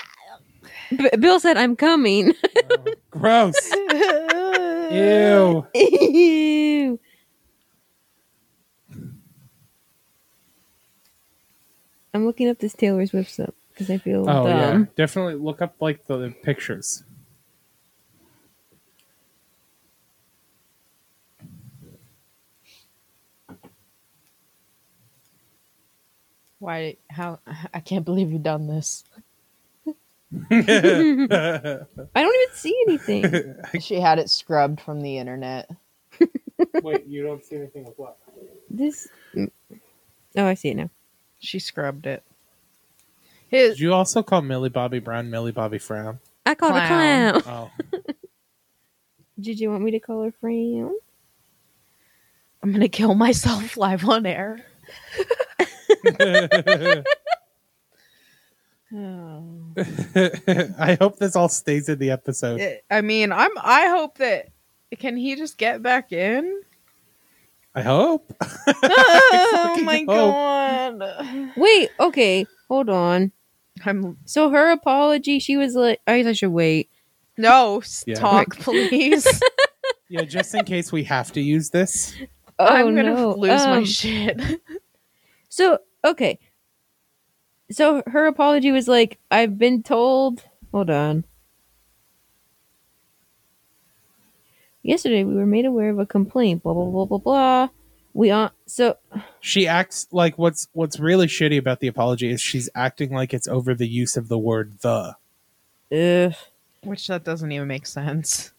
B- Bill said, I'm coming.
oh, gross.
Ew.
Ew.
Ew. I'm looking up this Taylor Swift stuff because I feel
Oh yeah,
dumb.
definitely look up like the, the pictures.
Why? How? I can't believe you've done this.
Wait,
I don't even see anything.
She had it scrubbed from the internet.
you don't see anything with what?
this. Oh, I see it now.
She scrubbed it. His
Did you also call Millie Bobby Brown Millie Bobby Frown?
I called a
Clown.
clown.
Oh,
Did you want me to call her Fran?
I'm gonna kill myself live on air. Oh.
I hope this all stays in the episode.
I mean, I'm. I hope that. Can he just get back in?
I hope.
oh
fucking
my
hope.
god!
Wait, okay, hold on.
I'm
So her apology, she was like, I guess I should wait.
no s-
Yeah.
talk, please.
Yeah, just in case we have to use this.
Oh,
I'm gonna
no.
lose my
Um,
shit.
So, okay. So her apology was like, I've been told. Hold on. Yesterday, we were made aware of a complaint. Blah blah blah blah blah. We on so
She acts like what's what's really shitty about the apology is she's acting like it's over the use of the word the.
ugh.
Which that doesn't even make sense.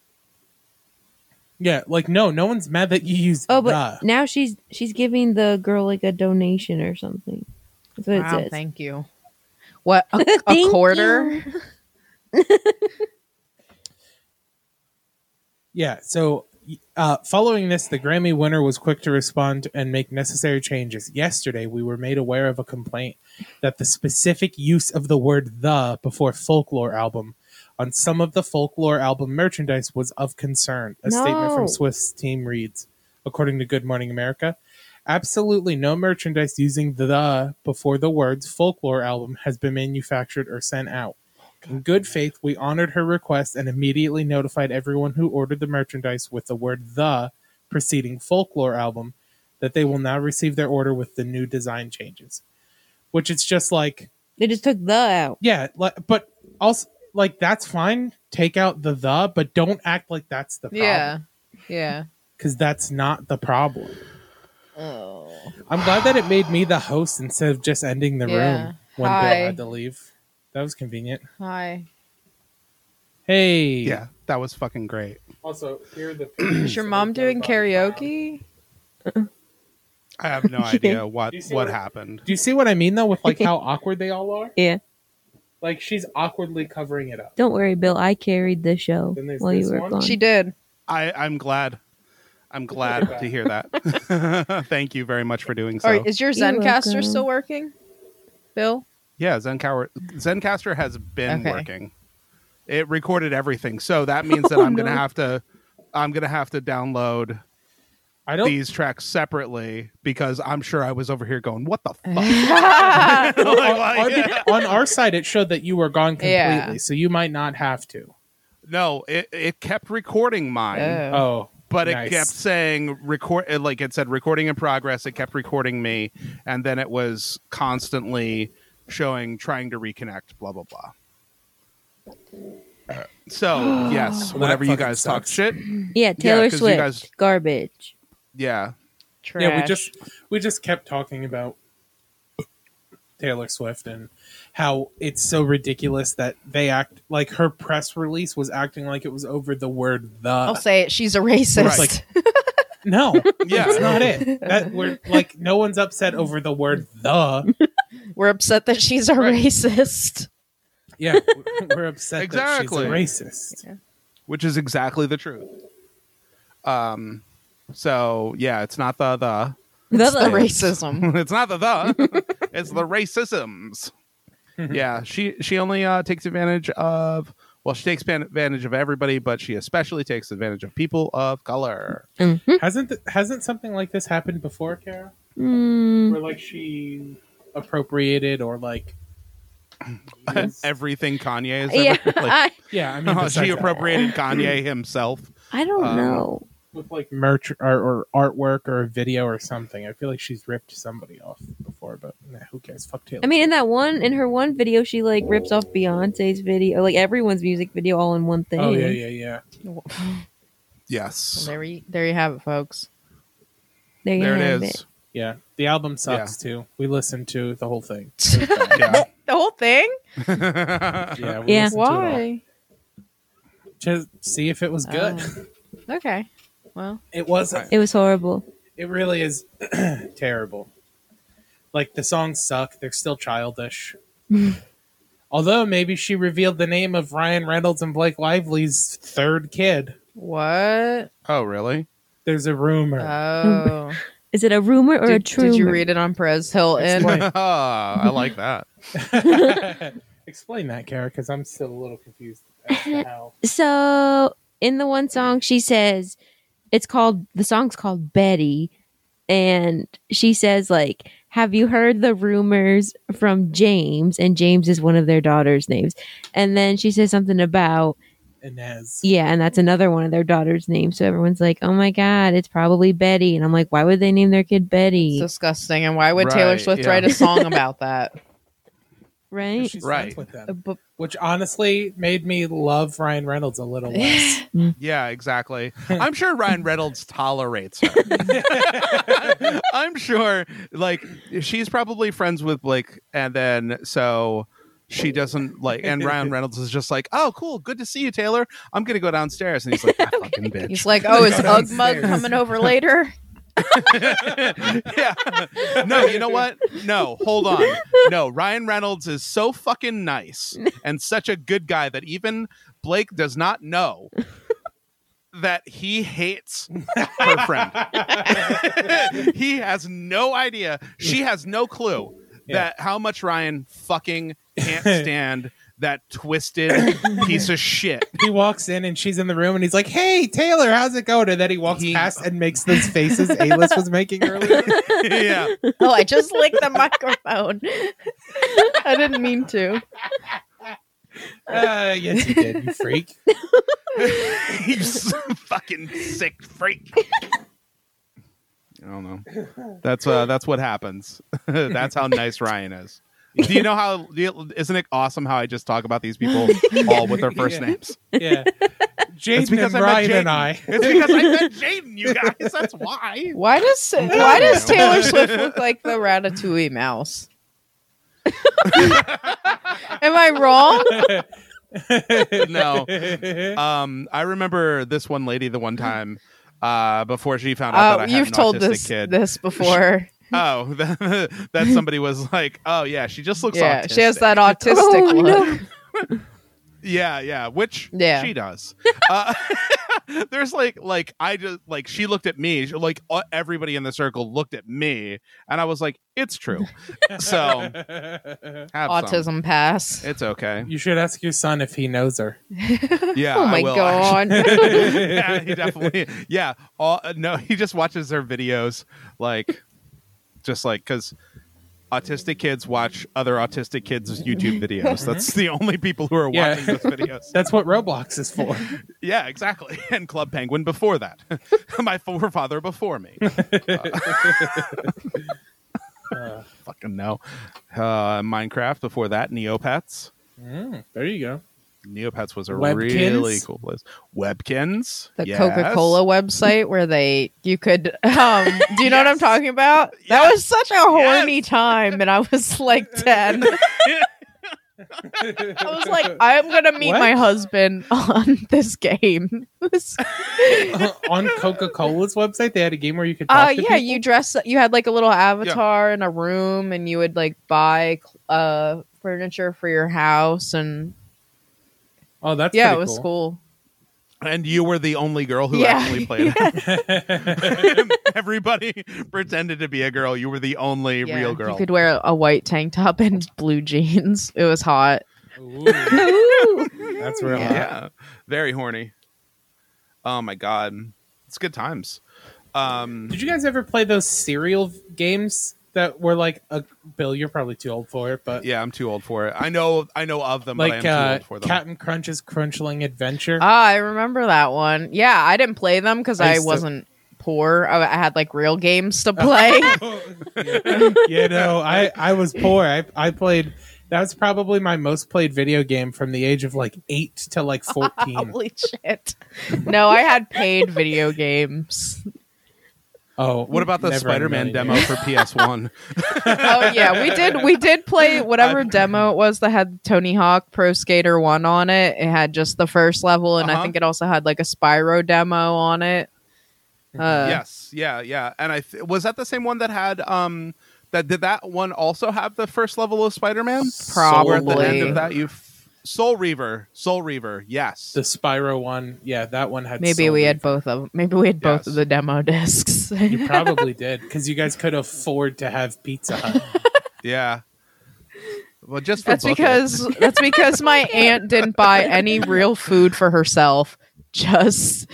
Yeah, like no, no one's mad that you use
Oh, but
the.
now she's she's giving the girl like a donation or something. That's what
Wow,
it says.
thank you. What a, a
Thank
quarter?
you.
Yeah, so uh, following this, the Grammy winner was quick to respond and make necessary changes. Yesterday, we were made aware of a complaint that the specific use of the word the before folklore album on some of the folklore album merchandise was of concern. A statement
No.
from Swift's team reads, according to Good Morning America, absolutely no merchandise using the before the words folklore album has been manufactured or sent out. In good faith, we honored her request and immediately notified everyone who ordered the merchandise with the word the preceding folklore album that they will now receive their order with the new design changes. Which it's just like,
They just took the out.
yeah, like, but also, like, that's fine. Take out the the, but don't act like that's the
Yeah.
problem.
Yeah.
Because that's not the problem.
Oh.
I'm glad that it made me the host instead of just ending the
Yeah.
room when
Hi.
Bill had to leave. That was convenient.
Hi.
Hey.
Yeah, that was fucking great.
Also, here are the.
Is your mom doing karaoke?
I have no idea what
You see
what
what-
happened.
Do you see what I mean though with like how awkward they all are?
Yeah.
Like she's awkwardly covering it up.
Don't worry, Bill. I carried the show
Then there's
while you
this
were
one.
gone.
She did.
I I'm glad. I'm glad to hear that. Thank you very much for doing so.
Or is your
You're
Zencaster
welcome.
still working? Bill?
yeah, Zencaster Zencaster has been
Okay.
working. It recorded everything, so that means that
Oh,
I'm gonna
no.
have to I'm gonna have to download
I don't.
these tracks separately because I'm sure I was over here going, "What the fuck?"
yeah.
Like,
on,
like,
on- on our side, it showed that you were gone completely,
Yeah.
so you might not have to.
no, it, it kept recording mine,
Oh,
but it
nice.
kept saying record uh, like it said recording in progress. It kept recording me, and then it was constantly showing trying to reconnect. Blah blah blah. So yes,
That
whenever you
fucking
guys talk
sucks.
shit,
Yeah, Taylor
'cause you
Swift,
guys-
garbage.
yeah,
Trash.
Oh, Yeah, we just we just kept talking about Taylor Swift and how it's so ridiculous that they act like her press release was acting like it was over the word the.
I'll say it. She's a racist.
uh, Right. no,
Yeah.
that's not it. That we're like no one's upset over the word the.
We're upset that she's a racist.
Yeah, we're upset
Exactly.
that she's a racist.
which is exactly the truth. Um, so yeah, it's not the the.
That's the
The-
racism.
it's not the the it's the racisms yeah she she only uh, takes advantage of well she takes pan- advantage of everybody but she especially takes advantage of people of color
Hasn't th- hasn't something like this happened before, Kara?
Mm.
Where like she appropriated or like used-
everything kanye is
yeah,
ever, like,
I,
yeah, I mean
she
besides that.
appropriated kanye himself
I don't
Um,
know.
with like merch or, or artwork or a video or something. I feel like she's ripped somebody off before, but nah, who cares? Fuck Taylor.
I mean, in that one, in her one video, she like rips off Beyonce's video, like everyone's music video, all in one thing.
oh yeah, yeah, yeah.
yes
there, you, there you have it, folks.
There, you
there
have
it
It.
is
Yeah, the album sucks too. We listened to the whole thing.
yeah
The whole thing?
Yeah, we
Yeah.
listened to it all.
Why?
Just see if it was good.
Uh.
Okay. Well,
it wasn't.
It was horrible.
It really is terrible. Like the songs suck. They're still childish. Although maybe she revealed the name of Ryan Reynolds and Blake Lively's third kid.
what?
oh really
There's a rumor.
Oh.
Is it a rumor or a
did,
true?
did you read it on Perez Hilton?
Explain.
oh, i like that
Explain that, Kara, because I'm still a little confused as to how.
So in the one song, she says it's called the song's called Betty, and she says like, "Have you heard the rumors from James?" And James is one of their daughter's names. And then she says something about
Inez.
yeah, and that's another one of their daughter's names. So everyone's like, "Oh my god, it's probably Betty." And I'm like, "Why would they name their kid
It's
Betty?"
disgusting. And why would Taylor
Right,
Swift
yeah.
write a song about that?
right?
She's
Right.
friends with them,
But
which honestly made me love Ryan Reynolds a little less.
yeah exactly i'm sure ryan reynolds tolerates her i'm sure like she's probably friends with blake and then so she doesn't like and ryan reynolds is just like oh cool good to see you taylor i'm gonna go downstairs and he's like ah, fucking bitch
he's like, oh, is Ugg Mug
downstairs.
coming over later?
yeah no you know what no hold on no ryan reynolds is so fucking nice and such a good guy that even blake does not know that he hates her friend he has no idea. She has no clue
Yeah.
that how much Ryan fucking can't stand that twisted piece of shit.
he walks in and she's in the room and he's like, "Hey, Taylor, how's it going?" And then he walks
He-
past and makes those faces Alice was making earlier.
yeah.
Oh, I just licked the microphone. I didn't mean to.
Uh, yes, you did, you freak.
you s- fucking sick freak. I don't know. That's uh, that's what happens. that's how nice Ryan is. Do you know how? do you- Isn't it awesome how I just talk about these people all with their first
Yeah.
names?
Yeah,
It's
Jaden and
because I met
Ryan
Jaden.
and I.
It's because I met Jaden, you guys. That's why.
Why does why does Taylor Swift look like the Ratatouille mouse? Am I wrong?
No. Um, I remember this one lady the one time uh, before she found out
Uh,
that I had
you've
an
told
autistic
this
kid.
this before.
Oh, that, that somebody was like, "Oh yeah, she just looks
yeah,
autistic."
she has that autistic look.
Yeah, yeah, which
Yeah.
she does. uh, there's like like I just like she looked at me she- like uh, everybody in the circle looked at me and I was like it's true so have
Autism
some.
pass.
it's okay
you should ask your son if he knows her.
yeah
oh
I
my
will, actually.
god.
yeah he definitely yeah all, uh, no he just watches their videos like just like because autistic kids watch other autistic kids YouTube videos that's the only people who are
Yeah.
watching those videos
That's what Roblox is for.
Yeah, exactly. And Club Penguin before that. My forefather before me.
Uh,
Fucking no. Uh, Minecraft before that. Neopets.
mm, there you go.
Neopets was a
Webkins?
really cool place. Webkins.
The
yes.
Coca-Cola website where they you could um do you know what I'm
Yes.
talking about? That was such a horny time and I was like 10. I was like I'm going to meet
What?
my husband on this game. This-
On Coca Cola's website, they had a game where you could talk
uh
to
yeah,
people.
you dress you had like a little avatar in a room and you would like buy uh furniture for your house and
Oh, that's
yeah, it
pretty
was cool.
And you were the only girl who
Yeah.
actually played
Yeah.
it. Everybody pretended to be a girl. You were the only
Yeah,
real girl. Uh,
You could wear a white tank top and blue jeans. It was hot.
Ooh, that's real.
Yeah.
hot.
yeah. Very horny. Oh my god. It's good times. Um
Did you guys ever play those cereal v- games that were like a Bill? You're probably too old for it, but
Yeah, I'm too old for it. I know, I know of them,
like
but I'm
uh,
too old for them.
Captain Crunch's Crunchling Adventure.
Ah, I remember that one. Yeah, I didn't play them because
I
I,
used to-
wasn't poor. I, I had like real games to play.
you know, I I was poor. I I played. That was probably my most played video game from the age of like eight to like fourteen.
Holy shit! No, I had paid video games.
oh,
what about the
never in a
Spider-Man
million
demo
years.
for PS One?
Oh yeah, we did. We did play whatever demo it was that had Tony Hawk Pro Skater One on it. It had just the first level, and I
Uh-huh.
think it also had like a Spyro demo on it. Uh,
Mm-hmm. yes, yeah, yeah. And I th- was that the same one that had um that did that one also have the first level of Spider-Man? Uh, Where at the end
Probably.
of that you f- Soul Reaver, Soul Reaver, yes.
The Spyro one, yeah, that one had.
Maybe
so
we
many
had both of. Maybe we had both of
Yes.
the demo discs.
You probably did because you guys could afford to have Pizza Hut.
yeah. Well, just for
That's
both of us.
because that's because my aunt didn't buy any real food for herself. Just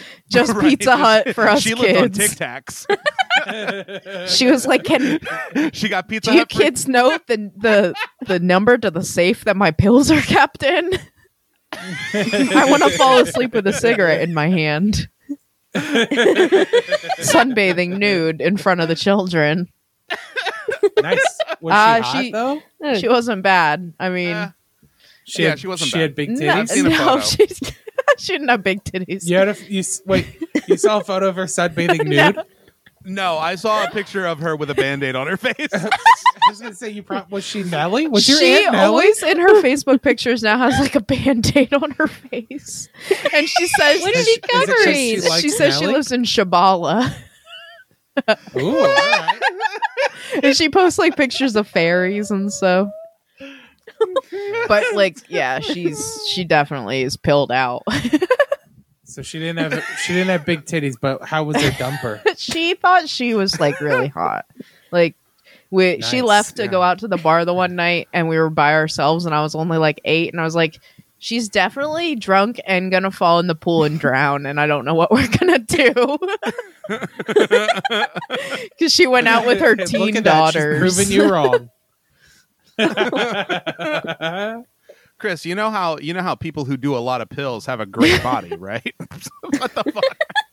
just
Right,
Pizza Hut for us
She lived on Tic
kids.
Tacs.
She was like, "Can
she got Pizza
do you
Hut. for-
kids know the the the number to the safe that my pills are kept in?" I want to fall asleep with a cigarette in my hand, sunbathing nude in front of the children.
nice. Was she
Uh,
hot
she-
though?
Oh,
She wasn't bad. I mean,
Eh,
She
Yeah,
had,
she wasn't
She
bad.
had big
no,
titties.
seen a
no,
photo.
she's, she didn't have big titties.
You had a you s- wait. You saw a photo of her sunbathing nude.
no, I saw a picture of her with a band-aid on her face.
I was gonna say you pro- was she Nelly? Was your
she
aunt Nelly?
always in her Facebook pictures now has like a band-aid on her face. And she says
What is
she,
she
Is it just
covering?
she likes
she says she
Nelly?
lives in Shabala.
Ooh, all right.
And she posts like pictures of fairies and so but like yeah, she's she definitely is pilled out.
So she didn't have she didn't have big titties, but how was her dumper?
she thought she was like really hot. Like we she
Nice,
left to
yeah.
go out to the bar the one night and we were by ourselves and I was only like 8 and I was like she's definitely drunk and going to fall in the pool and drown and I don't know what we're going to do. Cuz she went out with her
Look
teen
at that, she's
daughters.
proving you wrong.
Chris, you know how you know how people who do a lot of pills have a great body, right? what the fuck?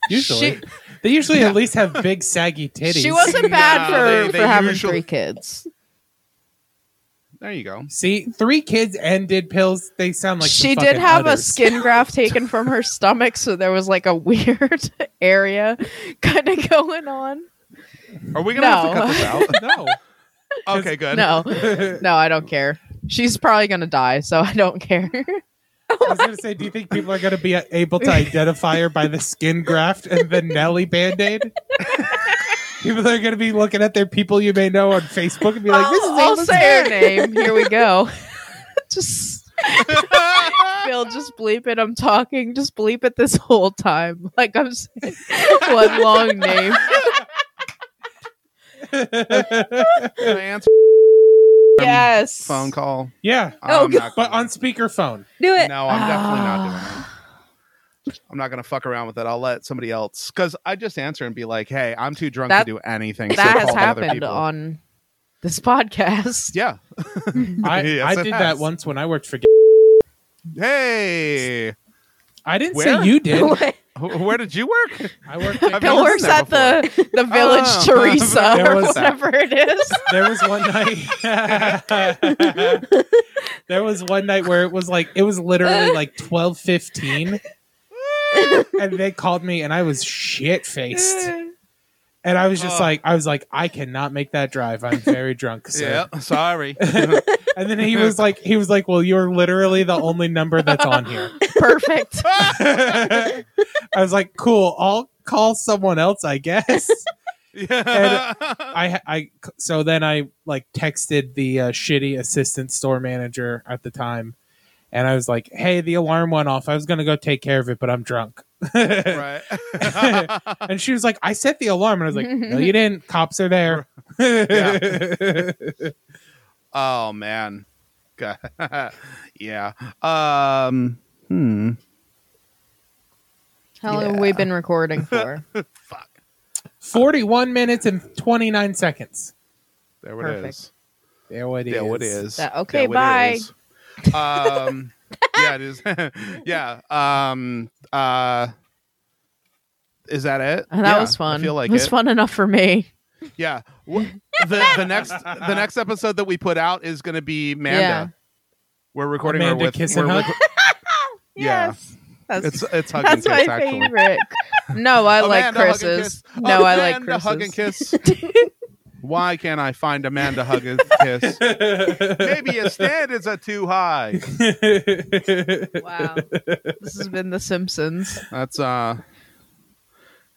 Usually, they usually at least have big saggy titties.
she wasn't bad
No,
for,
they- they
for having
usually-
three kids.
There you go.
See, three kids and did pills. They sound like
she
some
did
fucking
have a
udders.
skin graft taken from her stomach, so there was like a weird area kind of going on.
Are we gonna have to cut this
No,
out? Okay, good.
No, no, I don't care. She's probably gonna die, so I don't care.
I was gonna say, do you think people are gonna be uh, able to identify her by the skin graft and the Nelly band aid? people are gonna be looking at their people you may know on Facebook and be like, "This is
I'll, I'll say her name. Here we go. Just Phil, just bleep it. I'm talking. Just bleep it this whole time. Like I'm saying one long name.
Um, Can I answer
Yes.
phone call?
yeah,
Oh,
I'm not
but
gonna-
on speakerphone.
Do it.
No, I'm definitely not doing it. I'm not gonna fuck around with it. I'll let somebody else because I just answer and be like, "Hey, I'm too drunk
That-
to do anything." so
That has
call the other
happened
people."
on this podcast.
Yeah.
I,
Yes,
I
it
did
has.
that once when I worked for.
Hey,
I didn't
Where?
say you did.
wh- where did you work?
I worked.
I've
At,
never
Phil works
seen that
at the the village
Oh.
Teresa
There
or
was
that.
whatever it is.
there was one night. there was one night where it was like it was literally like twelve fifteen, and they called me, and I was shit faced. And I was just
Oh.
like, I was like, I cannot make that drive. I'm very drunk. Sir.
Yeah, sorry.
And then he was like, he was like, well, you're literally the only number that's on here.
Perfect.
I was like, cool. I'll call someone else, I guess.
yeah.
I, I, so then I like texted the uh, shitty assistant store manager at the time, and I was like, hey, the alarm went off. I was gonna go take care of it, but I'm drunk.
right.
and she was like, I set the alarm, and I was like, no, you didn't. Cops are there.
oh man. God. yeah. Um. Hmm.
How long have we been recording for?
Fuck.
Forty-one minutes and twenty-nine seconds.
There it
Perfect.
is.
There it is.
There it is.
That- okay,
There it
bye.
is. Um. yeah. It is. yeah. Um. Uh. Is that it?
That
Yeah,
was fun.
I feel like
it was
it.
fun enough for me.
Yeah. W- the the next the next episode that we put out is going to be Manda.
Yeah.
We're recording her
Amanda
with
Kiss and
we're
Hug?
Yeah.
Yes. That's,
It's it's hug
that's
and
my
kiss actually.
favorite. No, I like
Amanda, hug and kiss.
Chris's. No, I like
Amanda,
Chris's.
hug and kiss. Why can't I find Amanda hug and kiss? Maybe his standards are too high.
Wow. This has been The Simpsons.
That's uh.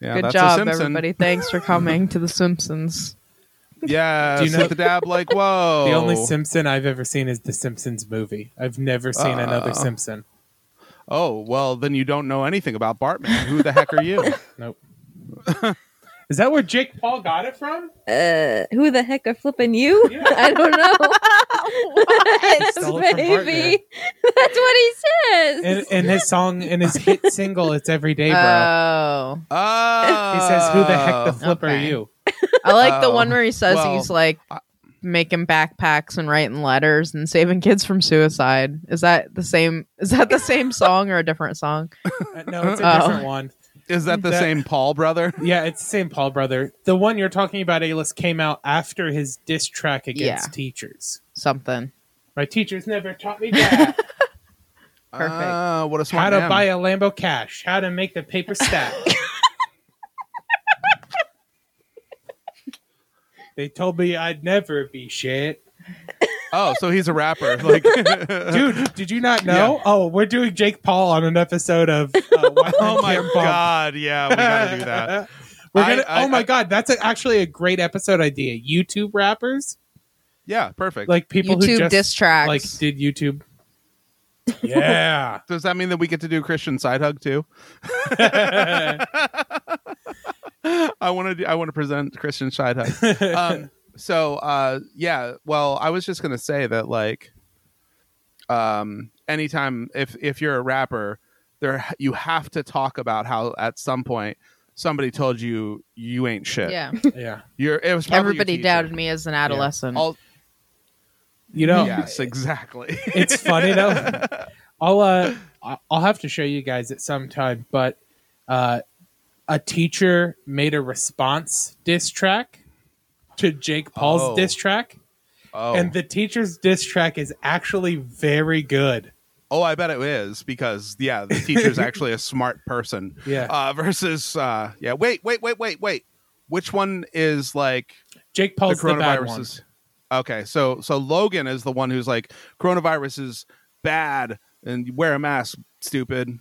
Yeah,
Good
that's a
job,
Simpson.
everybody. Thanks for coming to The Simpsons.
Yeah,
Do you know-
hit the dab like whoa.
The only Simpson I've ever seen is the Simpsons movie. I've never seen
Uh.
another Simpson.
oh well, then you don't know anything about Bartman. Who the heck are you?
Nope. is that where Jake Paul got it from?
Uh, who the heck are flipping you? I don't Oh.
Stole
know.
it from
Maybe that's what he says.
In, in his song, in his hit single, "It's Every Day, Bro."
Oh.
Oh,
he says, "Who the heck the flip are
Okay.
you?"
I like the
Oh,
one where he says
well,
he's like
I-
making backpacks and writing letters and saving kids from suicide. Is that the same is that the same song or a different song?
Uh, no, it's a
Oh.
different one.
Is that the
That-
same Paul brother?
Yeah, it's the same Paul brother. The one you're talking about, Alice, came out after his diss track against
Yeah.
teachers.
Something.
My teachers never taught me that.
Perfect.
Ah, what a
how
smart
to
man.
buy a Lambo cash. How to make the paper stack. they told me I'd never be shit.
Oh, so he's a rapper. Like, Uh,
Dude, did you not know? Oh, we're doing Jake Paul on an episode of uh, Wild
oh my
Camp Bump.
god, yeah, we gotta do that.
We're
I-
gonna,
I-
oh my
I-
god, that's a, actually a great episode idea. YouTube rappers,
Yeah, perfect.
like people who
YouTube
just
diss tracks.
like did YouTube. Yeah,
does that mean that we get to do Christian side hug too? I want to. do I want to present Christian side hug. Um, so, uh, yeah. Well, I was just gonna say that, like, um, anytime if if you're a rapper, there you have to talk about how at some point somebody told you you ain't shit.
yeah.
yeah.
You're. It was probably your
Everybody
teacher.
doubted me as an adolescent.
All-
You know,
yes, exactly.
it's funny though. I'll uh, I- I'll have to show you guys at some time, but uh, a teacher made a response diss track to Jake Paul's
Oh.
diss track,
oh.
and the teacher's diss track is actually very good.
oh, I bet it is because yeah, the teacher's actually a smart person.
Yeah.
Uh, versus uh, yeah. Wait, wait, wait, wait, wait. Which one is like
Jake Paul's
the
Oh, the, bad
coronavirus
one.
is? Okay, so so Logan is the one who's like coronavirus is bad and wear a mask, stupid.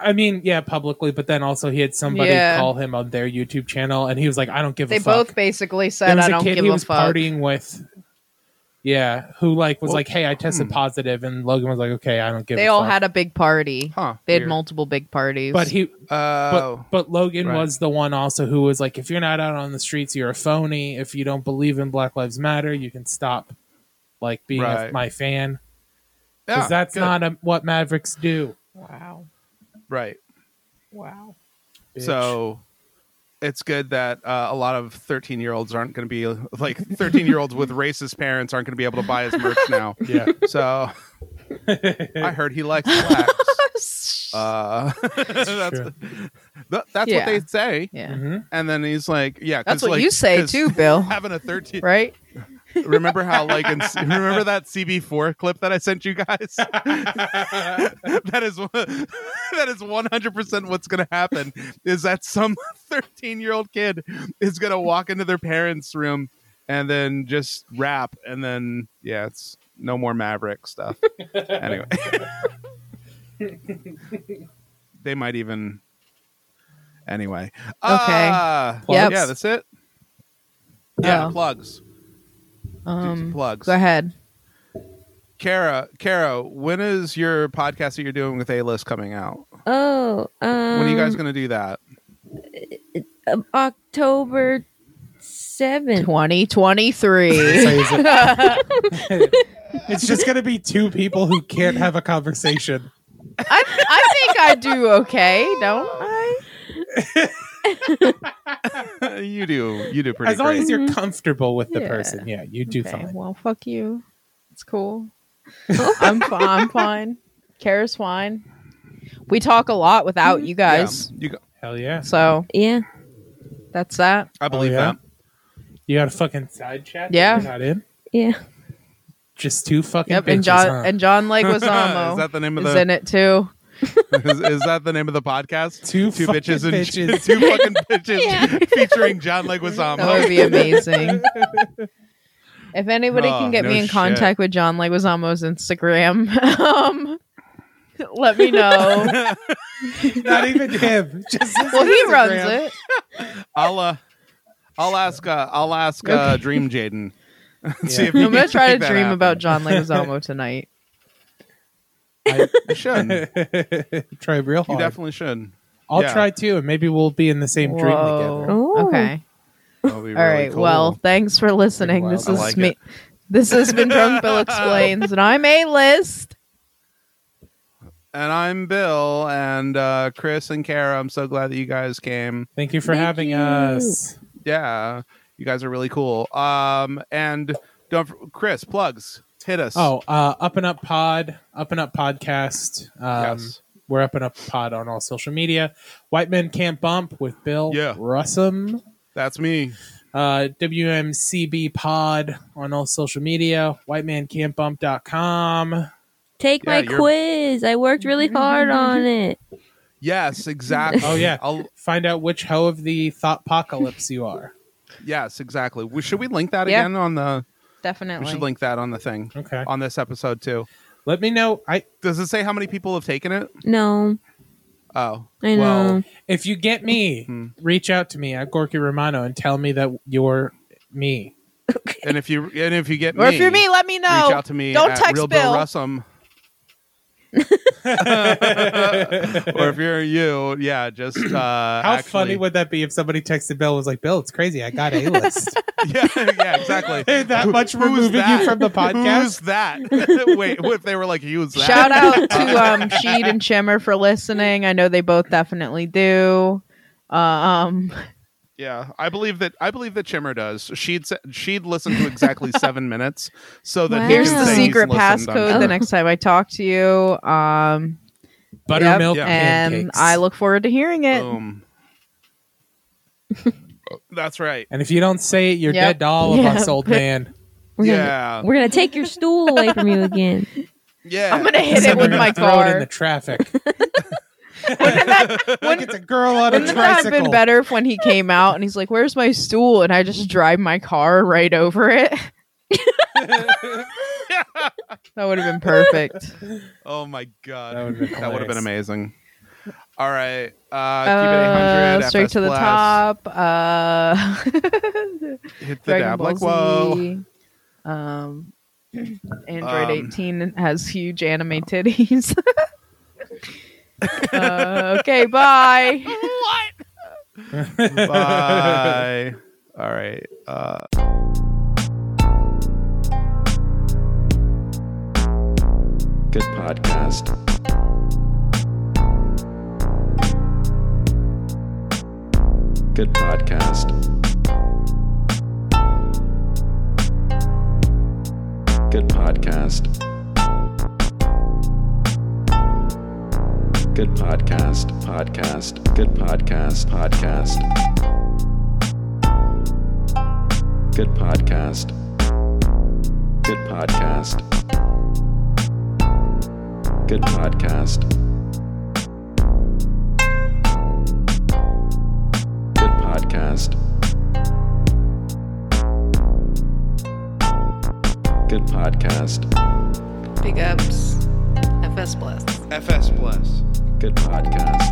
I mean, yeah, publicly, but then also he had somebody
Yeah.
call him on their YouTube channel, and he was like, "I don't give
they
a fuck."
both basically
there
said
was
I
a
don't
kid
give
he
a
was
fuck.
partying with. Yeah, who like was
Well,
like, "Hey, I tested
hmm. positive,"
positive," and Logan was like, "Okay, I don't give."
They all had a big party.
Huh.
They had
weird.
multiple big parties.
but he, but,
Oh.
but Logan
Right.
was the one also who was like, "If you're not out on the streets, you're a phony. If you don't believe in Black Lives Matter, you can stop, like being
Right.
a, my fan because
yeah,
that's
good.
not a, what Mavericks do."
wow,
right.
wow.
bitch.
So it's good that uh, a lot of 13 year olds aren't going to be like 13 year olds with racist parents aren't going to be able to buy his merch now.
yeah,
So I heard he likes blacks. Uh, that's
true.
th- that's
Yeah.
what they say.
Yeah,
Mhm.
And then he's like, yeah, 'cause,
that's what
like-
you say
'cause
too, Bill.
Having a 13
Right?
Remember how like in, remember that CB4 clip that I sent you guys? that is one- that is 100% what's going to happen is that some 13-year-old kid is going to walk into their parents' room and then just rap and then yeah, it's no more Maverick stuff. anyway. they might even Anyway. Ah,
Yep.
Yeah, that's it. Yeah,
Oh.
plugs. Do some
Um,
plugs.
go ahead.
Kara, Kara, when is your podcast that you're doing with A List coming out?
Oh, um,
When are you guys going to do that?
um, October seventh.
Twenty twenty three.
So he's like- it's just gonna be two people who can't have a conversation.
I, I think I do okay, don't I?
you do, you do pretty
as long
great.
as you're comfortable with the
Yeah.
person, yeah, you do
okay,
fine.
well, fuck you. It's cool. I'm fi- I'm fine. Kara's fine. We talk a lot without you
Yeah,
guys,
you go-
Hell yeah,
so
Yeah.
that's that.
I believe
yeah?
that.
you got a fucking side chat. that
Yeah.
you're not in.
Yeah.
Just two fucking
Yep,
bitches.
and John
huh?
and John Leguizamo
is that the name of
is
the
in it too.
is, is that the name of the podcast?
two
Two
fucking
bitches and
bitches.
two fucking bitches
Yeah.
featuring John
That would
Leguizamo.
be amazing. If anybody
Oh,
can get
no
me in
shit.
contact with John Leguizamo's Instagram, um, let me know.
not even him. Just his
well, he
Instagram.
runs it.
I'll uh, I'll ask uh, I'll ask uh, Dream Jaden. See
Yeah.
if he
I'm gonna
can
try
make
to
that
dream
happen.
about John Leguizamo tonight.
You should. You
try real hard.
definitely should.
I'll
yeah.
try too, and maybe we'll be in the same
Whoa.
dream together.
Ooh.
Okay.
That would be really
All right.
cool.
Well, thanks for listening.
Pretty
This
wild.
is
I like
me.
it.
This has been Drunk Bill Explains, and I'm a list.
and I'm Bill and uh, Chris and Kara. I'm so glad that you guys came.
Thank you for
Thank
having
you.
us.
Yeah, you guys are really cool. Um, and don't f- Chris plugs hit us.
Oh, uh, Up and Up Pod, Up and Up Podcast. Um,
Yes.
We're Up and Up Pod on all social media. White Men Can't Bump with Bill
Yeah.
Russum.
that's me.
Uh, WMCB Pod on all social media. WhiteManCan'tBump.com.
Take
Yeah,
my
you're-
quiz. I worked really hard on it.
Yes, exactly.
Oh, yeah.
I'll,
Find out which hoe of the thought apocalypse you are.
yes, exactly. We, should we link that
Yeah.
again on the? We
Definitely.
should link that on the thing
Okay.
on this episode too.
Let me know. I
Does it say how many people have taken it?
No.
Oh,
I know.
if you get me,
Hmm.
reach out to me at Gorky Romano and tell me that you're me.
and if you and if you get
or
me,
if you're me, let me know.
reach out to me.
Don't
at
text
Real
Bill.
Russum. or if you're you, yeah, just uh,
How
actually-
funny would that be if somebody texted Bill and was like, Bill, it's crazy. I got A list.
yeah, yeah, exactly.
that much
Who's
removing
that?
you from the
Who's
podcast.
that? Wait, what if they were like, who's that?
Shout out to um, Sheed and Shimmer for listening. I know they both definitely do. Um,
Yeah, I believe that. I believe that Chimmer does. She'd se- she'd listen to exactly seven minutes, so that he
here's
can
the
say he's
secret
listened on
passcode.
her.
The next time I talk to you, um,
Buttermilk
Yep.
and
pancakes.
Um, I look forward to hearing it.
Boom. Oh, That's right.
And if you don't say it, you're
Yep.
dead to all of
Yeah.
us, old man.
We're gonna-
Yeah,
We're gonna take your stool away from you again.
yeah.
I'm gonna hit it
We're
with
gonna
my
throw it in
car.
the traffic. like
Wouldn't-
it's a girl on a
Wouldn't that have been
tricycle.
better if when he came out and he's like, "Where's my stool?" and I just drive my car right over it? that would have been perfect.
oh my god,
That
that
would've been
would have been
hilarious.
amazing. All right, uh, keep it 800,
Uh,
FS
straight to the Uh,
blast,
top. Uh,
Hit the
Dragon
dab
Ball
like whoa.
Z. Um, Android
Um,
18 has huge anime titties. Uh, okay, bye.
Bye. All right. Uh,
Good podcast. Good podcast. Good podcast. Good podcast. Podcast. Good podcast. Podcast. Good podcast. Good podcast. Good podcast. Good podcast. Good podcast.
Big ups. FS Bless.
FS Bless.
Good podcast.